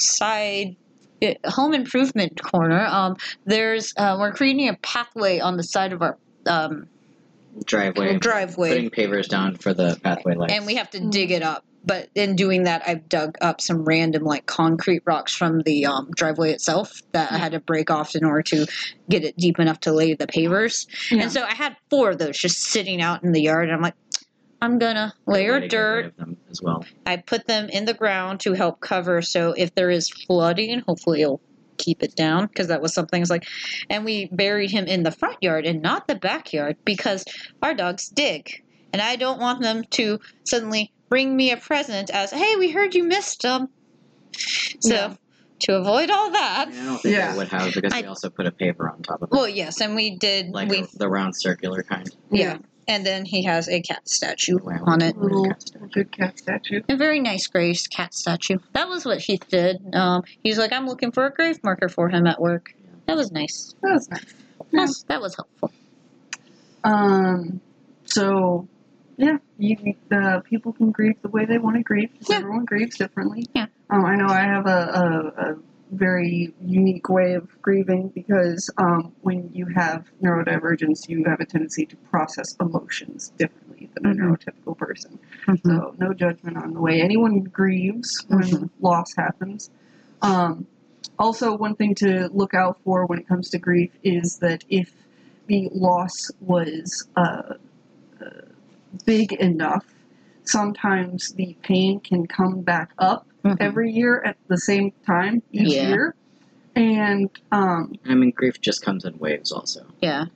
side eh, home improvement corner um there's uh, we're creating a pathway on the side of our um
driveway,
driveway,
putting pavers down for the pathway lights.
and we have to dig it up. But in doing that, I've dug up some random like concrete rocks from the um, driveway itself that I had to break off in order to get it deep enough to lay the pavers.
Yeah.
And so I had four of those just sitting out in the yard. And I'm like, I'm gonna layer
Way to get
dirt
rid of them as well.
I put them in the ground to help cover. So if there is flooding, hopefully it'll keep it down because that was something. It's like, and we buried him in the front yard and not the backyard because our dogs dig, and I don't want them to suddenly bring me a present as, "Hey, we heard you missed them." So
Yeah.
to avoid all
I
that,
mean, I don't think
Yeah.
I would have because
I-
we also put a paver on top of it,
well, yes, and we did.
like
we
a- the round circular kind.
yeah. and then he has a cat statue
Wow.
on it.
Little good cat statue.
A very nice grave cat statue. That was what he did. Um, he's like, I'm looking for a grave marker for him at work. That was nice.
That was nice.
That was, that was helpful.
Um, so yeah, you, uh, people can grieve the way they want to grieve. 'cause
Yeah.
Everyone grieves differently.
Yeah.
Um, I know I have a, a, a very unique way of grieving because um, when you have neurodivergence, you have a tendency to process emotions differently than a
Mhm.
neurotypical person. So no judgment on the way anyone grieves when
Mhm.
loss happens. Um, also, one thing to look out for when it comes to grief is that if the loss was uh, uh, big enough, sometimes the pain can come back up
Mhm.
every year at the same time each
Yeah.
year. And um,
I mean, grief just comes in waves, also.
Yeah.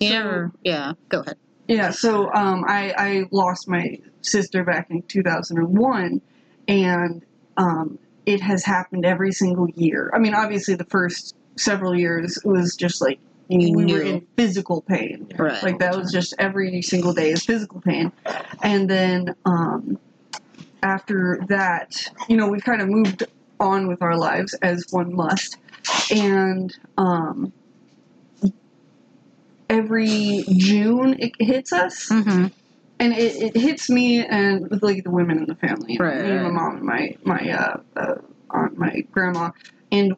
You
So-
never, yeah, go ahead.
Yeah, so um, I, I lost my sister back in 2001, and um, it has happened every single year. I mean, obviously, the first several years was just like
You
we
knew.
were in physical pain.
Yeah,
Right.
Like, that was just every single day is physical pain. And then um, after that, you know, we've kind of moved on with our lives as one must. And um, every June it hits us
Mm-hmm.
and it, it hits me and with, like the women in the family, you know,
Right,
me and my
right.
mom and my my uh, uh, aunt, my grandma, and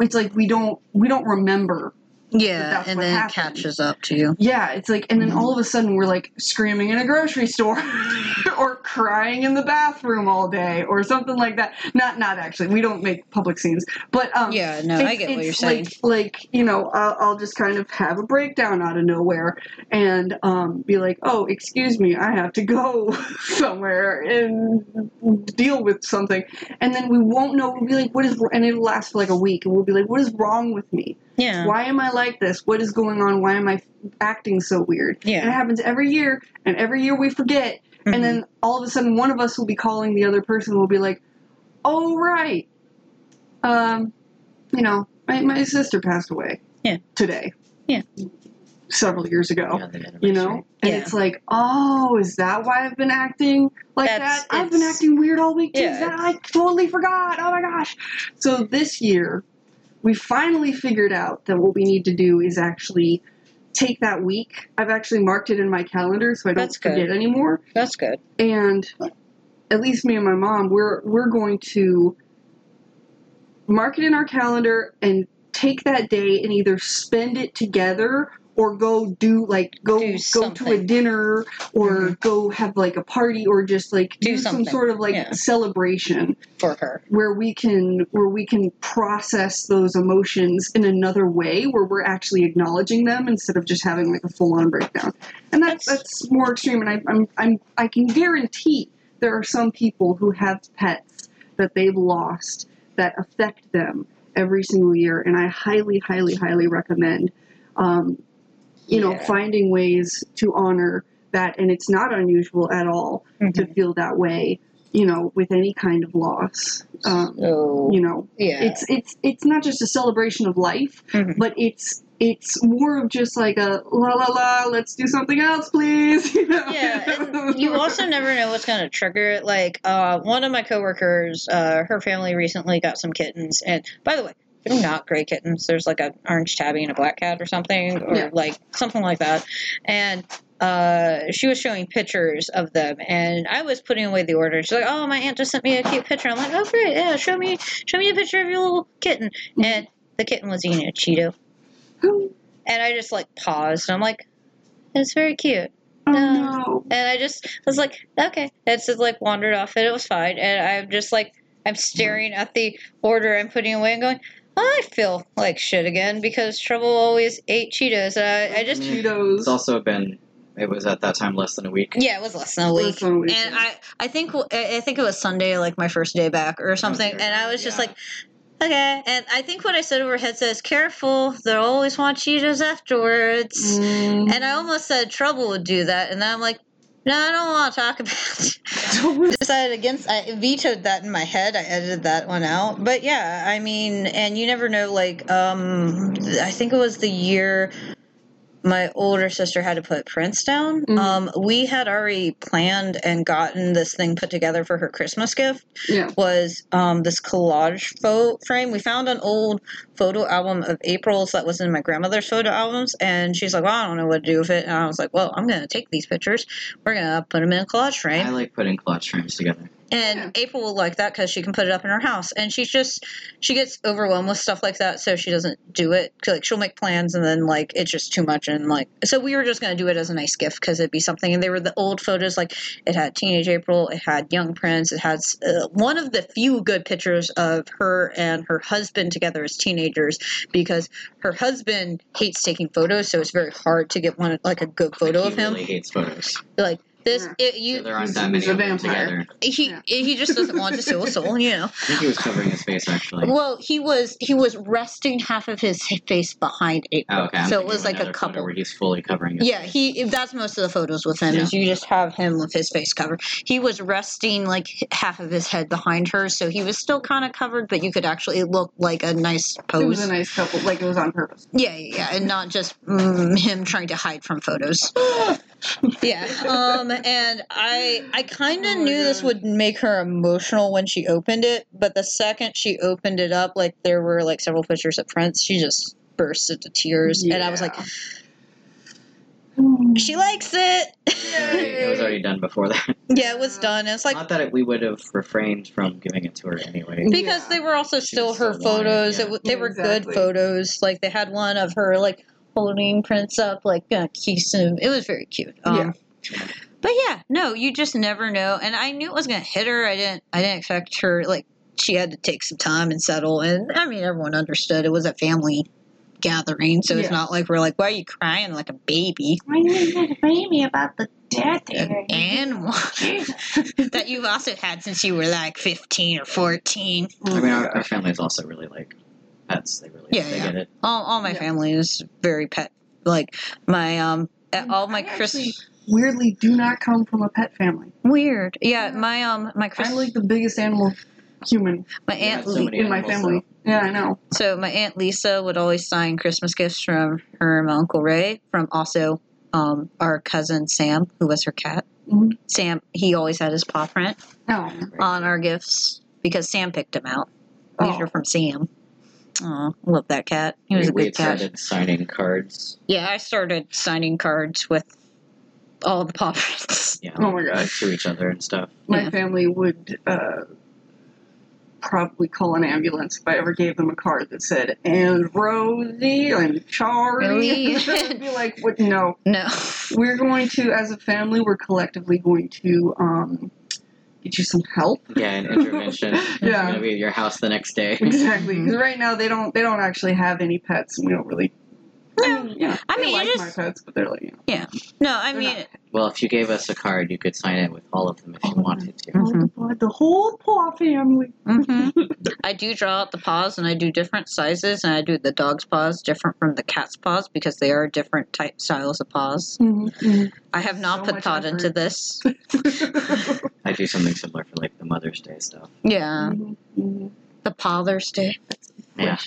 it's like we don't we don't remember.
Yeah,
that's
and
what
then it
happened.
catches up to you.
Yeah, it's like, and then
Mhm.
all of a sudden we're like screaming in a grocery store, or crying in the bathroom all day, or something like that. Not not actually, we don't make public scenes, but um,
Yeah, no, I
it's-
get what
it's
you're saying.
Like, like you know, I'll, I'll just kind of have a breakdown out of nowhere and um, be like, "Oh, excuse me, I have to go somewhere and deal with something," and then we won't know. We'll be like, "What is?" wr-" And it'll last for like a week, and we'll be like, "What is wrong with me?
yeah.
Why am I like this? What is going on? Why am I acting so weird?" And it
yeah.
happens every year, and every year we forget,
Mm-hmm.
and then all of a sudden one of us will be calling the other person will be like oh right um you know my, my sister passed away
Yeah.
today
Yeah.
several years ago
Yeah, the
you
anniversary.
know and
Yeah.
it's like oh is that why i've been acting like
That's-
that i've been
it's-
acting weird all week too.
Yeah,
That- i totally forgot oh my gosh so this year we finally figured out that what we need to do is actually take that week i've actually marked it in my calendar so i don't
That's good.
forget anymore
That's good.
and at least me and my mom we're we're going to mark it in our calendar and take that day and either spend it together or go do like go
Do
go to a
something. Mm-hmm.
dinner or go have like a party or just like
Do
some
something,
sort of like
yeah.
celebration
For her.
where we can where we can process those emotions in another way where we're actually acknowledging them instead of just having like a full on breakdown and that's
That's-
that's more extreme and I, I'm, I'm i can guarantee there are some people who have pets that they've lost that affect them every single year and i highly highly highly recommend um, you know
Yeah.
finding ways to honor that and it's not unusual at all to
Mhm.
feel that way you know with any kind of loss um,
So,
you know
yeah.
it's it's it's not just a celebration of life
Mhm.
but it's it's more of just like a la la la let's do something else please you know? Oh,
yeah, and you also never know what's going to trigger it. Like uh, one of my coworkers, uh, her family recently got some kittens, and by the way, they're not gray kittens. There's like an orange tabby and a black cat or something, or
Yeah.
like something like that. And uh, she was showing pictures of them, and I was putting away the order. She's like, "Oh, my aunt just sent me a cute picture." I'm like, "Oh, great! Yeah, show me, show me a picture of your little kitten."
Mm-hmm.
And the kitten was eating a Cheeto, and I just like paused. And I'm like, "It's very cute." Um,
Oh
No.
no.
And I just was like, okay. It's just like wandered off and it was fine. And I'm just like, I'm staring at the order I'm putting away and going, I feel like shit again because Trouble always ate Cheetos. And I, I just,
Cheetos.
It's also been. It was at that time less than a week.
yeah, it was less than a week.
That's what we
And
said.
I, I think, I I think it was Sunday, like my first day back or something. And I was just
Yeah.
like, okay. And I think what I said over head says, careful, they'll always want Cheetos afterwards.
Mm.
And I almost said Trouble would do that, and then I'm like, no, I don't want to talk about it. Decided against. I vetoed that in my head. I edited that one out. But yeah, I mean, and you never know. Like, um, I think it was the year my older sister had to put Prince down.
Mhm.
Um, we had already planned and gotten this thing put together for her Christmas gift
yeah.
was um, this collage photo frame. We found an old photo album of April's that was in my grandmother's photo albums, and she's like, "Well, I don't know what to do with it." And I was like, "Well, I'm gonna take these pictures. We're gonna put them in a collage frame."
I like putting clutch frames together.
And
Yeah.
April will like that because she can put it up in her house. And she's just, she gets overwhelmed with stuff like that, so she doesn't do it. 'Cause, Like, she'll make plans and then, like, it's just too much. And, like, so we were just going to do it as a nice gift because it'd be something. And they were the old photos, like, it had teenage April, it had young Prince, it had uh, one of the few good pictures of her and her husband together as teenagers because her husband hates taking photos, so it's very hard to get one, like, a good photo
he
of him.
really hates photos.
Like, this, it,
So
you,
there aren't
He's-
that many
he's a
of them
vampire.
together.
he
Yeah.
he just doesn't want to steal a soul, you know.
I think he was covering his face actually.
Well, he was he was resting half of his face behind April,
Oh, okay. I'm
so it
thinking
was
of
like a
another photo
couple.
where he's fully covering his
Yeah, he that's most of the photos with him is you just have him with his face covered. He was resting like half of his head behind her, so he was still kind of covered, but you could actually look like a nice
It was
pose.
a nice couple. Like it was on purpose.
Yeah, yeah, yeah, and not just mm, him trying to hide from photos. yeah, um, and I I kind
Oh
of
my
knew this
God.
would make her emotional when she opened it, but the second she opened it up, like there were like several pictures of Prince, she just burst into tears, and I was like,
Yeah.
she likes it.
It was already- it was already done before that.
yeah, it was done. It's like
Not that it, we would have refrained from giving it to her anyway.
because
Yeah.
they were also
She
still
was
her
still lying,
photos.
yeah.
It w- they
Yeah,
were
exactly.
good photos. Like they had one of her like holding Prince up, like uh, kissing him. It was very cute. Um, But yeah, no, you just never know. And I knew it was gonna hit her. I didn't. I didn't expect her. Like she had to take some time and settle. And I mean, everyone understood it was a family gathering, so
Yeah.
it's not like we're like, why are you crying like a baby?
Why are you complaining about the death here?
And that you've also had since you were like fifteen or fourteen.
Oh
I mean,
my
our,
God.
our family is also really like pets. They really
Yeah,
they
yeah.
get it.
All, all my
Yeah.
family is very pet. Like my um,
Mm,
all my
I actually
Chris.
weirdly do not come from a pet family.
Weird. Yeah,
Yeah.
my um, my Chris.
I'm like the biggest animal human
my
You
aunt.
had so
Lee-
many
in my
animals,
family. Yeah, I know.
So my aunt Lisa would always sign Christmas gifts from her and my uncle Ray, from also um, our cousin Sam, who was her cat.
Mhm.
Sam, he always had his paw print
No.
though, right?
on our gifts because Sam picked him out. These
Oh.
are from Sam. Oh, love that cat. He was
we,
a
we
good
had
cat.
started signing cards.
Yeah, I started signing cards with all the paw prints.
Yeah,
Oh my
like,
gosh.
to each other and stuff.
My
Yeah.
family would uh, probably call an ambulance if I ever gave them a card that said, and Rosie and Charlie.
Really?
They'd be like, what? No.
No.
We're going to, as a family, we're collectively going to um, get you some help.
Yeah, an intervention. I'm
Yeah.
gonna be at your house the next day.
Exactly,
Mm-hmm.
because right now they don't they don't actually have any pets, and we don't really. I mean, yeah,
I
they
mean, you
like
just-
my pets, but they're like, you know,
No, I
They're
mean,
Well, if you gave us a card, you could sign it with all of them if you wanted to.
Mhm.
oh, the, paw- the whole paw family.
hmm
Mm-hmm.
I do draw out the paws, and I do different sizes, and I do the dog's paws different from the cat's paws because they are different type styles of paws. I have not
So
put
much
thought
effort.
into this.
I do something similar for like the Mother's Day stuff.
Yeah,
Mhm, mhm.
the Father's Day.
Yeah.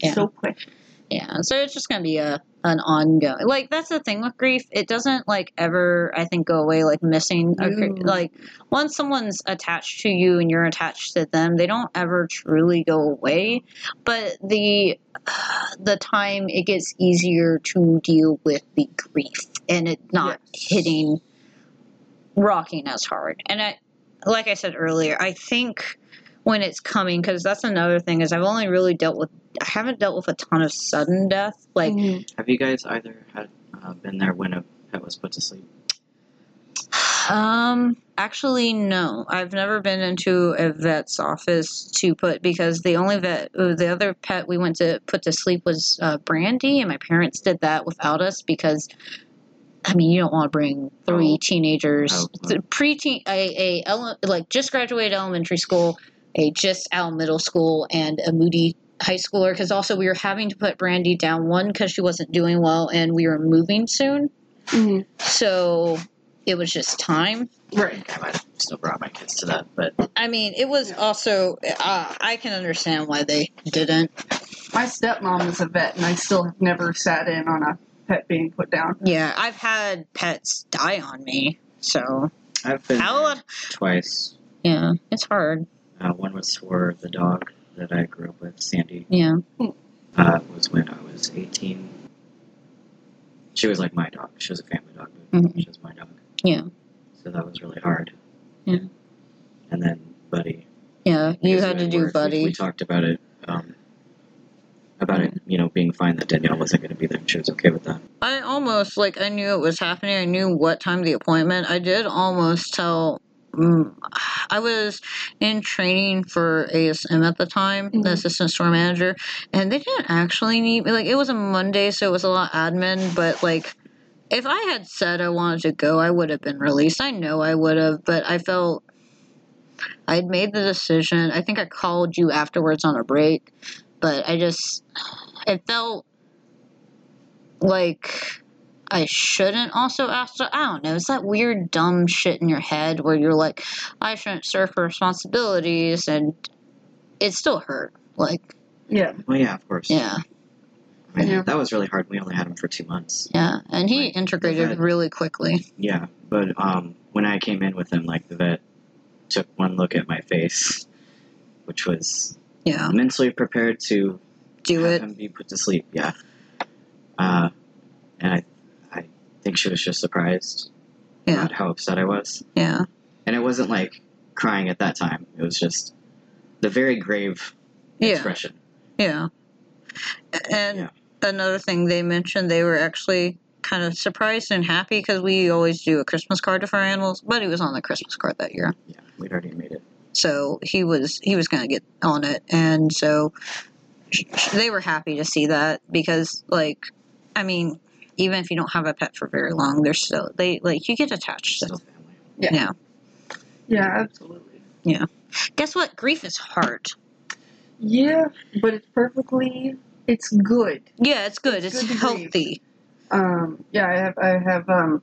Yeah.
So precious.
Yeah, so it's just gonna be a an ongoing. Like that's the thing with grief; it doesn't like ever. I think go away. Like missing, a,
No.
gr- like once someone's attached to you and you're attached to them, they don't ever truly go away. But the the time it gets easier to deal with the grief and it not hitting, rocking as hard. And I, like I said earlier, I think when it's coming because that's another thing is I've only really dealt with I haven't dealt with a ton of sudden death. Like
Mhm.
Have you guys either had uh, been there when a pet was put to sleep?
Um, actually, no. I've never been into a vet's office to put because the only vet, uh, the other pet we went to put to sleep was uh, Brandy, and my parents did that without us because, I mean, you don't want to bring three
Oh.
teenagers,
Oh,
th- preteen, a, a ele- like just graduated elementary school, a just out middle school, and a moody high schooler because also we were having to put Brandy down one because she wasn't doing well and we were moving soon,
Mhm.
so it was just time.
I
Right.
think I might have still brought my kids to that, but
I mean, it was also. Uh, I can understand why they didn't.
My stepmom is a vet, and I still have never sat in on a pet being put down.
Yeah, I've had pets die on me, so
I've been
how?
there twice.
Yeah, it's hard.
Uh, one was for the dog that I grew up with, Sandy.
Yeah,
Uh, was when I was 18. She was like my dog. She was a family dog, but
Mhm.
she was my dog.
Yeah.
So that was really hard.
Yeah.
And then Buddy.
yeah. You
Because
had to
when
do
we're- We, we
buddy.
talked about it. Um, about it, you know, being fine that Danielle wasn't going to be there. She was okay with that.
I almost like I knew it was happening. I knew what time the appointment. I did almost tell. Mm, I was in training for ASM at the time, the
Mhm.
assistant store manager, and they didn't actually need me. Like it was a Monday, so it was a lot admin, but like if I had said I wanted to go, I would have been released. I know I would have, but I felt I'd made the decision. I think I called you afterwards on a break, but I just it felt like I shouldn't also ask. I don't know. It's that weird dumb shit in your head where you're like, I shouldn't serve for responsibilities, and it still hurt. Like,
Yeah.
Well, yeah, of course.
yeah,
I mean,
Yeah.
That was really hard. We only had him for two months.
yeah. And he
Like,
integrated
that-
really quickly.
Yeah, but um, when I came in with him, like the vet took one look at my face, which was
Yeah,
mentally prepared to
do
have
it.
him be put to sleep. Yeah, uh, and I, I think she was just surprised
Yeah.
at how upset I was,
Yeah,
and it wasn't like crying at that time. It was just the very grave
yeah.
expression.
Yeah. And
Yeah.
another thing they mentioned, they were actually kind of surprised and happy because we always do a Christmas card for our animals, but he was on the Christmas card that year.
Yeah, we'd already made it.
So he was he was going to get on it, and so sh- sh- they were happy to see that because, like, I mean, even if you don't have a pet for very long, they're still they like you get attached. So
Still family.
Yeah, absolutely.
guess what? Grief is hard.
Yeah, but it's perfectly. It's good.
Yeah, it's good. It's,
It's good to grieve.
healthy.
Um, yeah, I have. I have. Um,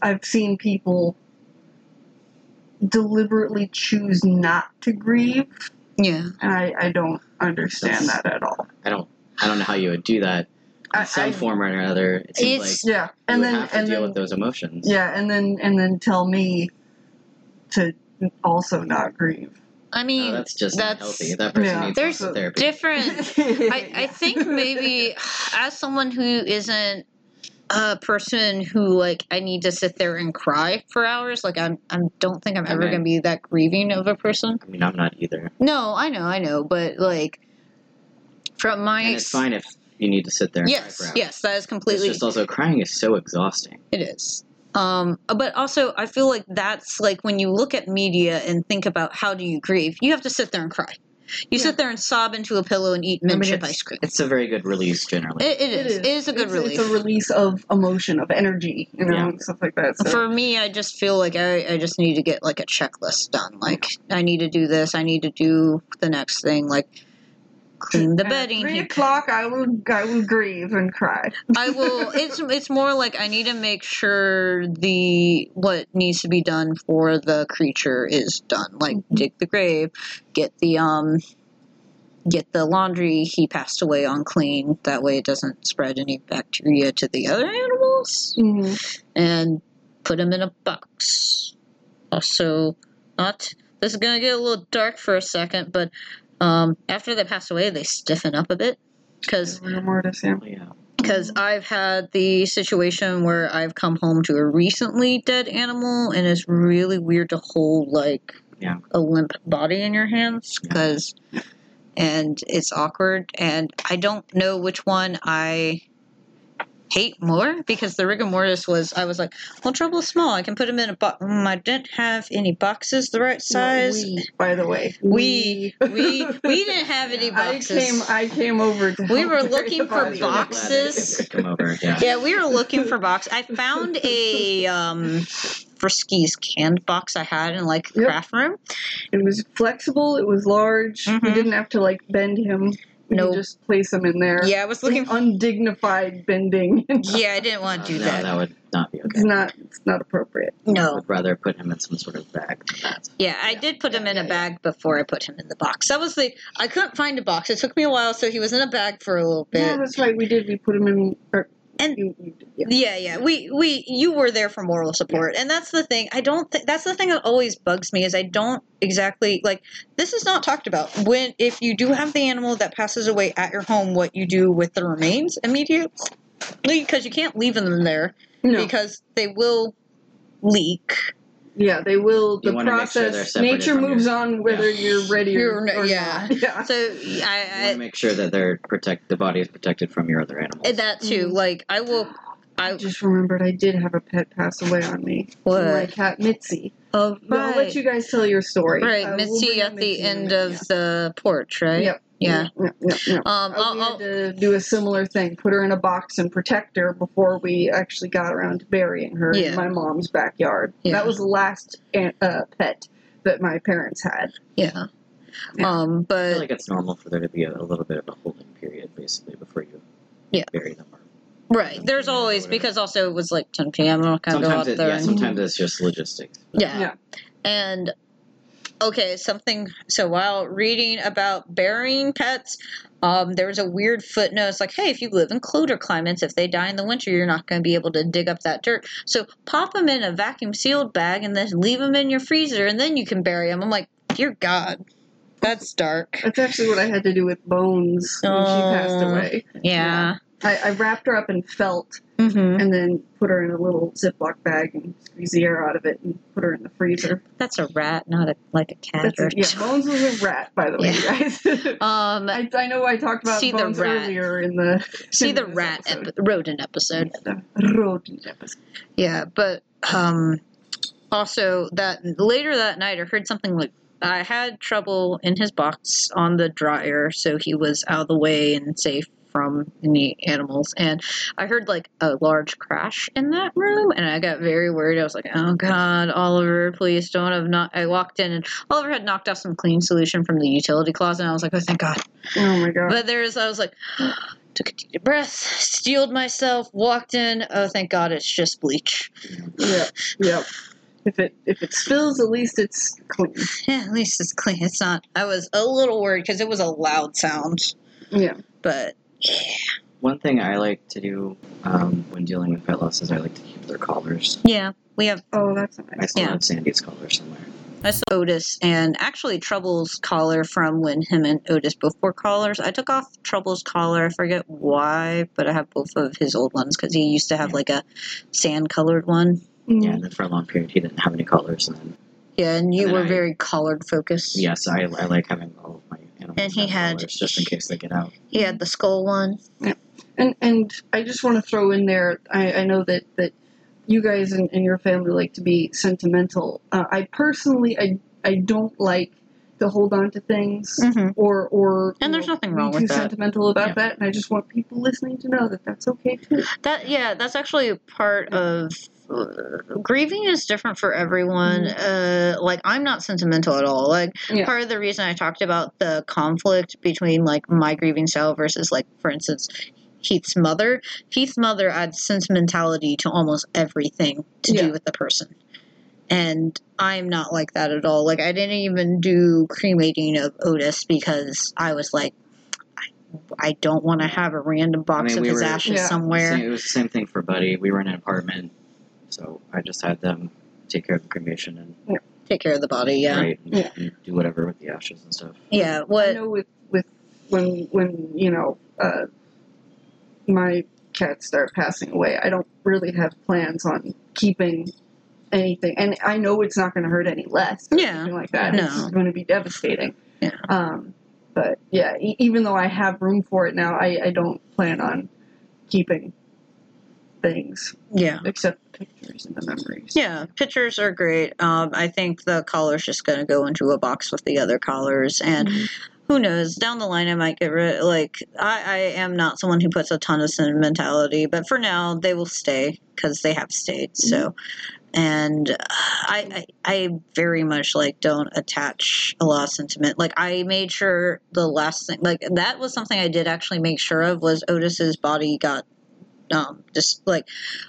I've seen people deliberately choose not to grieve,
Yeah,
and I, I don't understand
That's-
that at all.
I don't. I don't know how you would do that. In
I,
some
I-
form or another, it seems
It's-
like
yeah,
you
and
would
then
have to
and
deal
then
with those emotions.
yeah, and then and then tell me to also not grieve.
I
No,
mean,
Oh, that's just
that's-
not healthy. That person
Yeah.
needs
There's
lots of therapy.
different I, I
I
think maybe as someone who isn't a person who like I need to sit there and cry for hours, like I'm I don't think I'm ever
Okay.
gonna be that grieving of a person.
I mean, I'm not either.
No, I know, I know, but like from my
And it's fine if you need to sit there. And cry
yes,
for hours.
yes, that is
It's
completely
just also crying is so exhausting.
It is. Um, but also, I feel like that's like when you look at media and think about how do you grieve, you have to sit there and cry. You
Yeah.
sit there and sob into a pillow and eat mint
mean,
chip
it's-
ice cream.
It's a very good release generally.
It, it, is. it is a good
it's,
relief.
It's a release of emotion, of energy, you know,
Yeah.
and stuff like that. So.
For me, I just feel like I, I just need to get like a checklist done. Like I need to do this. I need to do the next thing. Like clean the
At
bedding.
Three
here.
o'clock, I will I will grieve and cry.
I will. It's it's more like I need to make sure the what needs to be done for the creature is done. Like
Mhm.
dig the grave, get the um, get the laundry. He passed away on clean. That way, it doesn't spread any bacteria to the other animals. and put him in a box. Also, not this is gonna get a little dark for a second, but um, after they pass away, they stiffen up a bit because
Rigor mortis, yeah.
Oh, yeah.
because I've had the situation where I've come home to a recently dead animal, and it's really weird to hold like
Yeah.
a limp body in your hands
Yeah.
because and it's awkward, and I don't know which one I hate more because the rigor mortis was I was like, well, trouble is small. I can put them in a box. Mm, I didn't have any boxes the right size.
we, by the way.
We we we didn't have any
I
boxes.
came. I came over. To
We
help
were
carry
looking
the
for
body.
box- Boxes.
Come over, yeah.
yeah, we were looking for box. I found a um, Friskies canned box I had in like the
Yep.
craft room.
It was flexible. It was large. We
Mhm.
didn't have to like bend him. We
No.
could just place him in there.
Yeah, I was looking.
Some undignified bending.
yeah, I didn't want to do
no,
that.
that would not be okay.
It's not. It's not appropriate.
I
No.
would rather put him in some sort of bag than that.
Yeah, I
Yeah,
did put
yeah,
him in
yeah,
a
yeah.
bag before I put him in the box. That was the I couldn't find a box. It took me a while, so he was in a bag for a little bit.
yeah, that's right. We did. We put him in. Or,
And-
you, you did, yeah.
Yeah, yeah. We we you were there for moral support, and that's the thing. I don't think that's the thing that always bugs me is I don't exactly like this is not talked about when if you do have the animal that passes away at your home, what you do with the remains immediately because you can't leave them there
No.
because they will leak.
yeah, they will.
You
The
wanna make sure they're
process.
separated
nature
from your-
moves on whether you're ready or,
You're-
or
yeah.
not. Yeah.
So
You want
I,
to make sure that they're protect. The body is protected from your other
I
animals.
that too. Like I will.
I
I
just remembered I did have a pet pass away on me.
What?
My cat Mitzi.
oh
But I'll let you guys tell your story.
right,
Uh, we'll
Mitzi
bring up
at the
Mitzi in a
end
minute,
of the porch, right?
Yep.
Yeah.
yeah. yeah, yeah, yeah.
Um.
Uh,
I'll,
we
I'll,
had to do a similar thing, put her in a box and protect her before we actually got around to burying her
Yeah.
in my mom's backyard.
Yeah.
That was the last an- uh, pet that my parents had.
yeah.
Yeah.
Um.
I
But
feel like it's normal for there to be a, a little bit of a holding period, basically, before you
Yeah.
bury them.
Right. There's
Yeah, or
always
whatever.
because also it was like 10 p.m. I'm not gonna go out
Sometimes, it,
there.
yeah,
and,
sometimes it's just logistics.
yeah.
Yeah.
And okay, something. So while reading about burying pets, um, there was a weird footnote. It's like, hey, if you live in colder climates, if they die in the winter, you're not gonna be able to dig up that dirt. So pop them in a vacuum sealed bag and then leave them in your freezer, and then you can bury them. I'm like, dear God, that's dark.
That's actually what I had to do with Bones when she passed
Oh.
away.
Yeah.
I, I wrapped her up in felt
Mm-hmm.
and then put her in a little Ziploc bag and squeeze the air out of it and put her in the freezer.
That's a rat, not a like a cat.
That's
Or
it. Yeah, Bones was a rat, by the way,
Yeah.
you guys.
Um.
I, I know I talked about
See the
Bones
rat.
earlier in the
See
in
the
this
rat
episode.
epi- rodent episode.
the rodent episode.
Yeah, but um, also that later that night, I heard something like I had trouble in his box on the dryer, so he was out of the way and safe from any animals. And I heard like a large crash in that room, and I got very worried. I was like, "Oh God, Oliver, please don't have not." I walked in, and Oliver had knocked off some clean solution from the utility closet, and I was like, "Oh, thank God."
Oh my god!
But there's, I was like, took a deep breath, steeled myself, walked in. Oh, thank God, it's just bleach.
yep, yep. If it if it spills, at least it's clean.
Yeah, at least it's clean. It's not. I was a little worried because it was a loud sound,
Yeah,
but
One thing I like to do um, when dealing with pet loss is I like to keep their collars.
yeah, we have
oh, that's
I
nice.
still
Yeah. Mm-hmm.
have Sandy's collar somewhere.
I saw Otis and actually Trouble's collar from when him and Otis both wore collars. I took off Trouble's collar. I forget why, but I have both of his old ones because he used to have
Yeah.
like a sand colored one.
Mm.
Yeah, and then for a long period he didn't have any collars. And then,
Yeah, and you
And then
were
I-
very collared focused.
yeah, so I, I like having all of my animals
And he
have
had-
collars just in case they get out.
He had the skull one.
And and I just want to throw in there. I, I know that that you guys and, and your family like to be sentimental. Uh, I personally, I I don't like to hold on to things.
Mm-hmm.
Or, or
And
you
there's
know,
nothing
be
wrong
too
with that.
sentimental about
Yeah.
that, and I just want people listening to know that that's okay too.
That yeah, that's actually a part of uh, grieving is different for everyone. Uh, like I'm not sentimental at all. Like
Mm-hmm. Yeah.
part of the reason I talked about the conflict between like my grieving style versus like for instance Heath's mother. Heath's mother adds sentimentality to almost everything to
Yeah.
do with the person. And I'm not like that at all. Like I didn't even do cremating of Otis because I was like, I, I don't want to have a random box
mean,
of
we
his
were-
ashes
Yeah.
somewhere.
Same- it was the same thing for Buddy. We were in an apartment, so I just had them take care of the cremation and
take care of the body. Yeah,
right and,
Yeah.
and do whatever with the ashes and stuff.
yeah.
I
What?
know with with when when you know uh, my cats start passing away, I don't really have plans on keeping anything, and I know it's not going to hurt any less. or
Yeah.
anything like that.
No.
It's going to be devastating.
Yeah.
Um, but yeah, e- even though I have room for it now, I, I don't plan on keeping things
Yeah.
except the pictures and the memories.
Yeah, pictures are great. Um, I think the collar's just going to go into a box with the other collars, and
Mhm.
who knows? Down the line, I might get rid. Like, I, I am not someone who puts a ton of sentimentality, but for now, they will stay because they have stayed. So, and uh, I, I, I very much like don't attach a lot of sentiment. Like, I made sure the last thing, like that was something I did actually make sure of was Otis's body got, um, just like,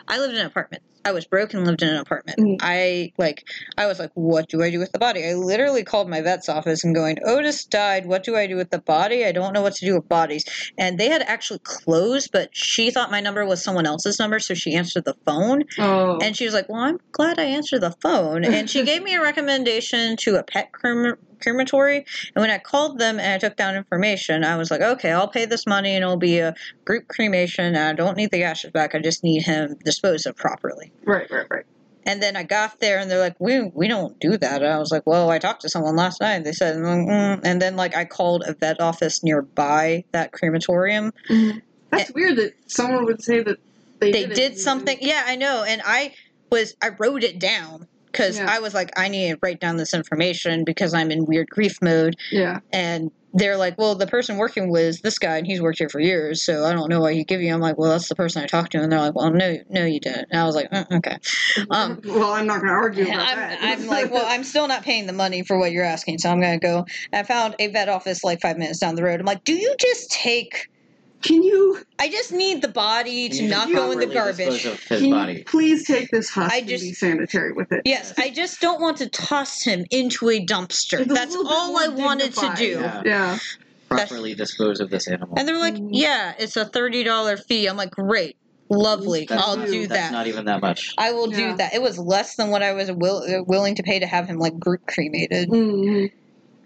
I lived in an apartment. I was broke and lived in an apartment.
Mm.
I like I was like, what do I do with the body? I literally called my vet's office and going, Otis died. What do I do with the body? I don't know what to do with bodies. And they had actually closed, but she thought my number was someone else's number, so she answered the phone.
Oh,
And she was like, well, I'm glad I answered the phone. And she gave me a recommendation to a pet crema- crematory. And when I called them and I took down information, I was like, okay, I'll pay this money and it'll be a group cremation. And I don't need the ashes back. I just need him disposed of properly.
right, right, right.
And then I got there, and they're like, "We we don't do that." And I was like, "Well, I talked to someone last night." They said, mm, mm. and then like I called a vet office nearby that crematorium.
That's weird that someone would say that they
Mm-hmm. They
didn't
did
use
something.
it.
Yeah, I know. And I was I wrote it down because
Yeah.
I was like, I need to write down this information because I'm in weird grief mode.
Yeah,
And they're like, "Well, the person working was this guy, and he's worked here for years, so I don't know why you give you." I'm like, "Well, that's the person I talked to," and they're like, "Well, no, no, you didn't." And I was like, "Mm, "Okay." Um,
well, I'm not going to argue about
I'm,
that.
I'm like, well, I'm still not paying the money for what you're asking, so I'm going to go. I found a vet office like five minutes down the road. I'm like, do you just take?
can you
I just need the body to
You
not
should
go in the
properly
garbage.
dispose of his
can you
body.
please take this husk
I
and
just-
be sanitary with it?
Yes, I just don't want to toss him into a dumpster.
It's a
That's
little bit
all
more
I wanted to
dignified.
do.
Yeah.
Yeah,
Properly dispose of this animal.
And they're like,
Mhm.
yeah, it's a thirty dollar fee. I'm like, great, lovely,
That's
I'll
not-
do
That's
that.
not even that much.
I will
Yeah.
do that. It was less than what I was will- uh, willing to pay to have him like group cremated.
Mhm.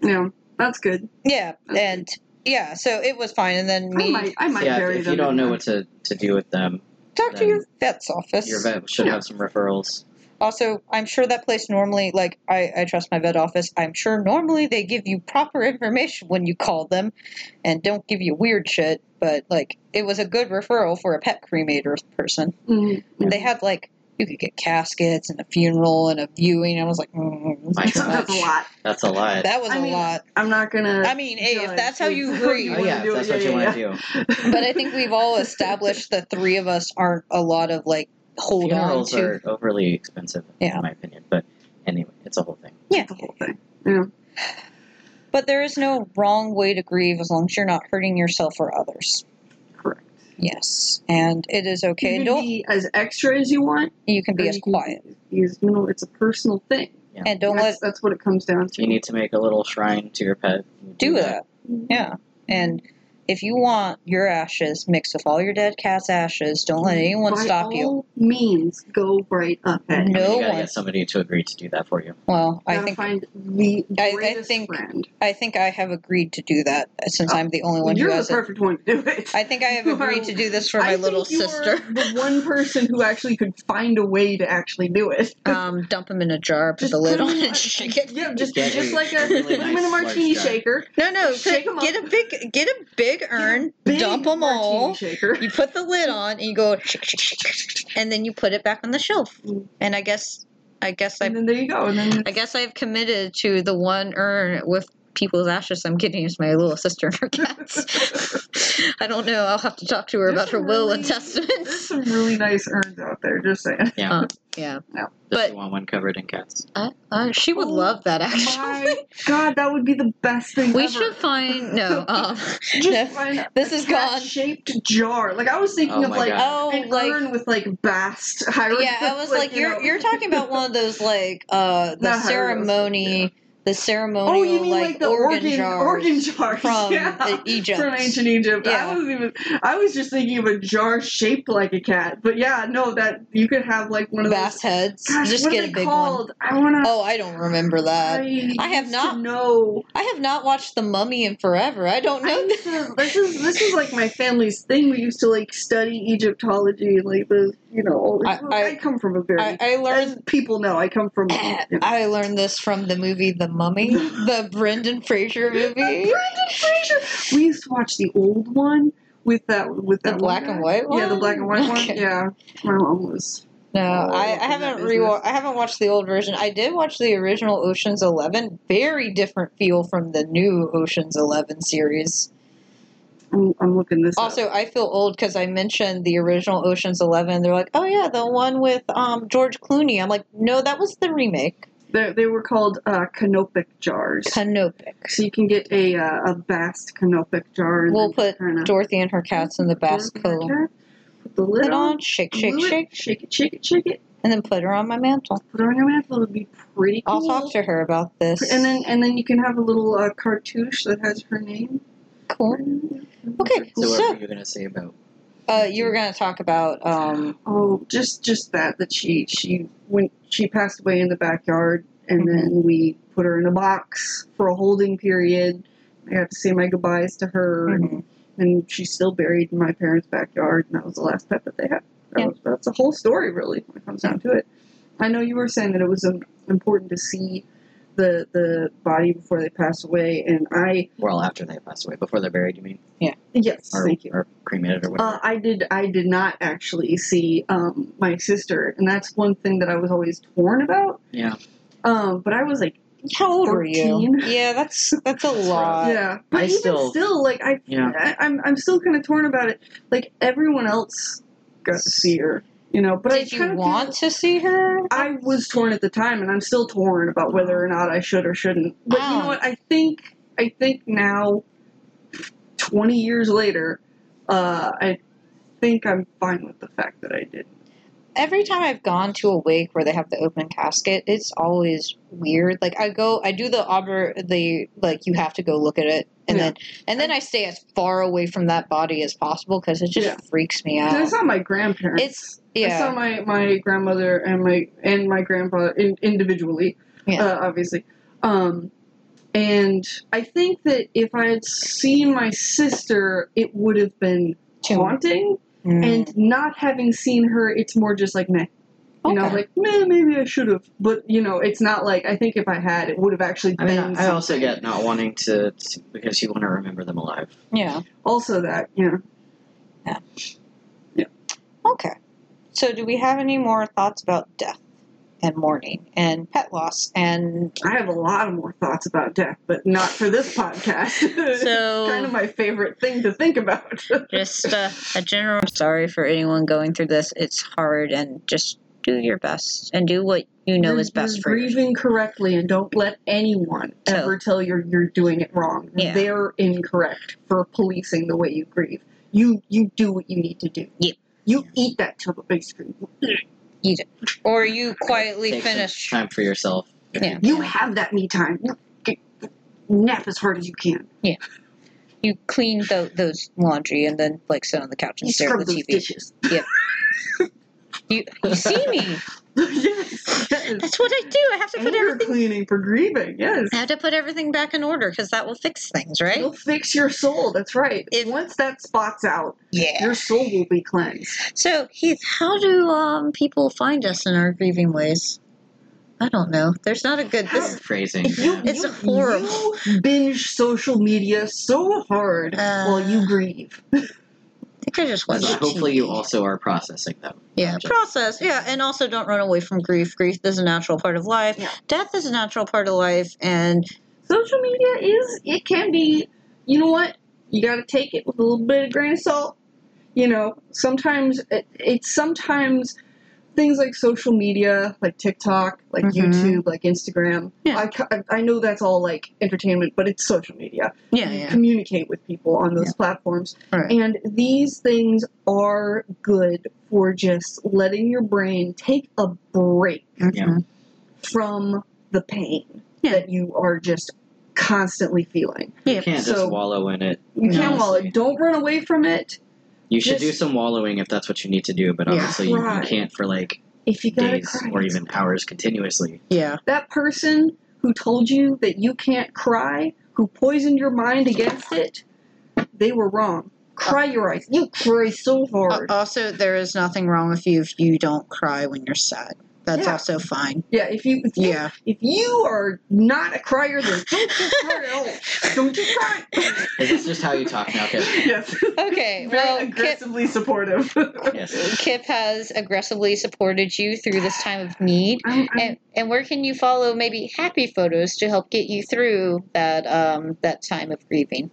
yeah, that's good.
Yeah,
Okay.
and yeah, so it was fine. And then
I
me
might, I might
yeah,
bury
if
them.
you don't
in
know
that.
what to, to do with them,
talk to
then
your vet's office.
your vet should
Yeah.
have some referrals.
Also, I'm sure that place normally, like I, I trust my vet office. I'm sure normally they give you proper information when you call them, and don't give you weird shit. But like, it was a good referral for a pet cremator person.
Mhm.
They had like you could get caskets and a funeral and a viewing. I was like, mm,
My
that's too
God.
that's a
much.
lot.
That's a lot.
That was
I
a
mean-
lot.
I'm not gonna.
I mean, hey, if
Judge,
that's how
if
you
that's how
grieve,
you
oh,
wanna
yeah,
do
if that's
it,
what
yeah,
you want to do.
but I think we've all established the three of us aren't a lot of like hold on
Funerals
to.
are overly expensive,
Yeah.
in my opinion. But anyway, it's a whole thing.
yeah,
the whole thing.
but there is no wrong way to grieve as long as you're not hurting yourself or others.
Correct.
Yes, and it is okay.
you can
don't
be as extra as you want.
you can be
or
as
you can-
quiet
Because you know it's a personal thing.
and don't let
that's, that's what it comes down
You
to.
need to make a little shrine to your pet. You
do that. Yeah, and if you want your ashes mixed with all your dead cat's ashes, don't let anyone
Mm-hmm. By
stop
all
you.
means, go right up at it.
I mean,
No
you gotta
one.
get somebody to agree to do that for you.
Well, I
Gotta
think
find the
I- I
greatest
think-
friend.
I think I have agreed to do that since
Oh,
I'm the only
Well,
one who
you're the
has it.
perfect one to do it.
I think I have
You are-
agreed to do this for my
I
little
think you
sister.
are the one person who actually could find a way to actually do do it.
Um, dump them in a jar, put
Just
the lid
put 'em
on,
in
and
a-
shake it.
Yeah, just
Get
just
a
like a
really
put 'em in a
nice large
martini
jar.
shaker.
No, no,
Shake 'em
get
up.
a big, get a big urn,
Big
dump them
martini
all.
Shaker.
You put the lid on, and you go, shake, shake, shake, shake, shake, and then you put it back on the shelf.
Mm.
And I guess, I guess I,
and then there you go. And then
I guess I've committed to the one urn with people's ashes I'm getting is my little sister and her cats. I don't know. I'll have to talk to her
There's
about her
some
will
really-
and
There's
testaments.
some really nice urns out there, just saying.
Yeah,
Uh, Yeah,
just
but-
you want one covered in cats.
uh, uh, she would
Oh
love that actually.
My God, that would be the best thing
We
ever.
should find no. Um,
just
no.
find a
This is gone.
shaped jar. Like I was thinking
Oh
of
my
like
God.
Oh,
an
like
urn with like vast hieroglyphs.
yeah, I was like, you are
know.
you're talking about one of those like uh the
Not hieroglyphs, but
ceremony,
yeah.
the ceremonial
Oh, you mean like,
like,
the
organ,
organ
jars
organ jars
from
yeah.
uh, Egypt.
From ancient Egypt.
Yeah.
I was even I was just thinking of a jar shaped like a cat. But yeah, no, that you could have like one of those
Bass heads.
Gosh,
Just
what
get
are
a
they
big one.
called? I wanna
Oh, I don't remember that. I have
used
not-
to know.
I have not watched The Mummy in forever. I don't
I
know.
used to, this is this is like my family's thing. We used to like study Egyptology, and, like the you know. Old,
I-
I,
I-
come from a very
I, I
as
learned
people know I come from. you know.
I learned this from the movie The Mummy, the Brendan Fraser movie.
The Brendan Fraser. We used to watch the old one with that with
The
that
black
one
and
guy.
white
Yeah, the
one?
black and white one.
Okay.
Yeah, my mom was.
No,
Oh,
I,
into
I haven't
that
re
business.
I haven't watched the old version. I did watch the original Ocean's Eleven. Very different feel from the new Ocean's Eleven series.
I'm, I'm looking this. up.
Also, I feel old because I mentioned the original Ocean's Eleven. They're like, "Oh yeah, the one with um, George Clooney." I'm like, "No, that was the remake."
they they were called uh, canopic jars.
Canopic.
so you can get a uh, a vast canopic jar. and
We'll
then
put
kinda-
Dorothy and her cats in the Basco.
Put the
Put
lid
it on,
on.
shake,
glue
shake,
it,
shake,
shake it, shake it, shake it.
and then put her on my mantle.
Put it on your mantle. It would be pretty cool.
I'll talk to her about this.
And then and then you can have a little uh, cartouche that has her name.
cool. Okay,
So,
so,
what were you gonna say about?
uh, you were going to talk about um,
Oh, just just that that she she went she passed away in the backyard, and
Mhm.
then we put her in a box for a holding period. I got to say my goodbyes to her, and, and she's still buried in my parents' backyard, and that was the last pet that they had. That
Yeah.
was, that's the whole story, really, when it comes down to it. I know you were saying that it was um, important to see the the body before they passed away, and I
Well, after they passed away, before they're buried, you mean?
yes,
Or,
thank you.
Or cremated or whatever.
Uh, I did. I did not actually see um, my sister, and that's one thing that I was always torn about.
yeah.
Um, but I was like,
How old were you?
14.
Yeah, that's that's a lot.
yeah. But even still,
still-
like, I,
Yeah.
I I'm, I'm still kind of torn about it. Like everyone else got to see her, you know. But
Did
I
you
kinda
want to see her?
feel- I was torn at the time, and I'm still torn about whether or not I should or shouldn't. But you know
Wow.
what? I think I think now, twenty years later, uh, I think I'm fine with the fact that I did.
Every time I've gone to a wake where they have the open casket, it's always weird. Like I go, I do the aber, the like you have to go look at it, and
Yeah.
then and then I stay as far away from that body as possible because it just
Yeah.
freaks me
I
out.
saw my grandparents.
It's
I saw
yeah,
my, my grandmother and my and my grandpa in, individually,
Yeah.
uh, obviously. Um, and I think that if I had seen my sister, it would have been
too.
haunting.
Mm.
And not having seen her, it's more just like meh. You know,
Okay.
like meh, maybe I should have, but you know, it's not like I think if I had, it would have actually
I
been.
mean, I also
something.
get not wanting to, to because you want to remember them alive.
yeah.
also that yeah.
Okay. So, do we have any more thoughts about death and mourning and pet loss and
I have a lot more thoughts about death, but not for this podcast.
So-
kind of my favorite thing to think about.
just uh, a general sorry for anyone going through this. It's hard, and just do your best and do what you know
You're-
is best
you're
for you.
grieving correctly, and don't let anyone
So-
ever tell you you're doing it wrong.
Yeah.
They're incorrect for policing the way you grieve. You you do what you need to do.
Yeah.
You
Yeah.
eat that tub of ice cream.
Or you quietly
Take some
finish.
time for yourself.
Yeah.
You have that me time. You get- nap as hard as you can.
You clean tho- those laundry and then like sit on the couch and
You
stare
scrub
at the
those
TV.
dishes.
You, you see me?
yes. yes.
That's what I do. I have to put
Anger
everything.
cleaning for grieving. Yes.
I have to put everything back in order because that will fix things, right?
You'll fix your soul. That's right.
If-
Once that spot's out,
Yeah.
your soul will be cleansed.
So, Heath, how do um, people find us in our grieving ways? I don't know. There's not a good. This,
Phrasing.
You,
It's
you-
horrible.
You binge social media so hard
Uh,
while you grieve.
I think I just watched.
Hopefully, you
TV.
also are processing them.
Yeah,
Just-
process. Yeah, and also don't run away from grief. Grief is a natural part of life.
Yeah.
Death is a natural part of life, and
Social media is it can be. You know what? You got to take it with a little bit of grain of salt. You know, sometimes it, it's sometimes things like social media, like TikTok, like
Mhm.
YouTube, like Instagram.
Yeah.
I c I I I know that's all like entertainment, but it's social media.
yeah,
you
yeah,
communicate with people on those platforms.
Right.
And these things are good for just letting your brain take a break
Mhm.
from the pain
Yeah.
that you are just constantly feeling.
You can't
So-
just wallow in it.
You
No.
can while
Honestly.
it. Don't run away from it.
You should
Just-
do some wallowing if that's what you need to do, but
Yeah,
obviously you, you
right.
can't for like
If you gotta
days
cry,
or
it's
even hours continuously.
yeah.
that person who told you that you can't cry, who poisoned your mind against it, they were wrong. Cry your eyes. You cry so
Uh,
hard.
also, there is nothing wrong with you if you don't cry when you're sad. That's
Yeah.
also fine.
Yeah, if you if you,
Yeah.
if you are not a crier, then don't just cry at all. Don't just cry.
Is this just how you talk now? Okay.
yes.
Okay,
Very
well, Kit-
aggressively supportive.
Yes.
Kip has aggressively supported you through this time of need.
I'm, I'm,
And, and where can you follow maybe happy photos to help get you through that um, that time of grieving?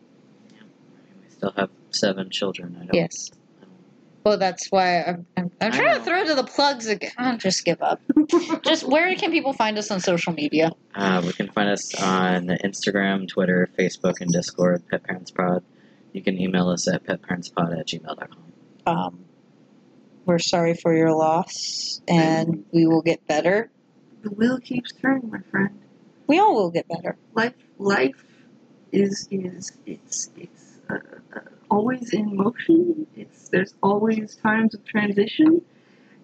We still have seven children. I don't.
Yes. Well, that's why I'm, I'm, I'm
I
trying to
know.
throw to the plugs again. Oh, just give up. just where can people find us on social media?
Uh, we can find us on Instagram, Twitter, Facebook, and Discord, Pet Parents Pod. You can email us at petparentspod at gmail.com.
Um, we're sorry for your loss, and we will get better.
the wheel keeps turning, my friend.
We all will get better.
Life, life is is it's it's uh, uh, always in motion. It's there's always times of transition,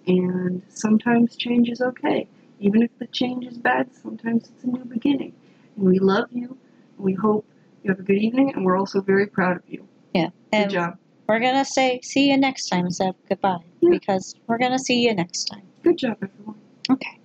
and sometimes change is okay. Even if the change is bad, sometimes it's a new beginning. And we love you. And we hope you have a good evening, and we're also very proud of you. Good
And
job.
we're gonna say see you next time instead of goodbye
Yeah.
because we're gonna see you next time.
Good job, everyone.
Okay.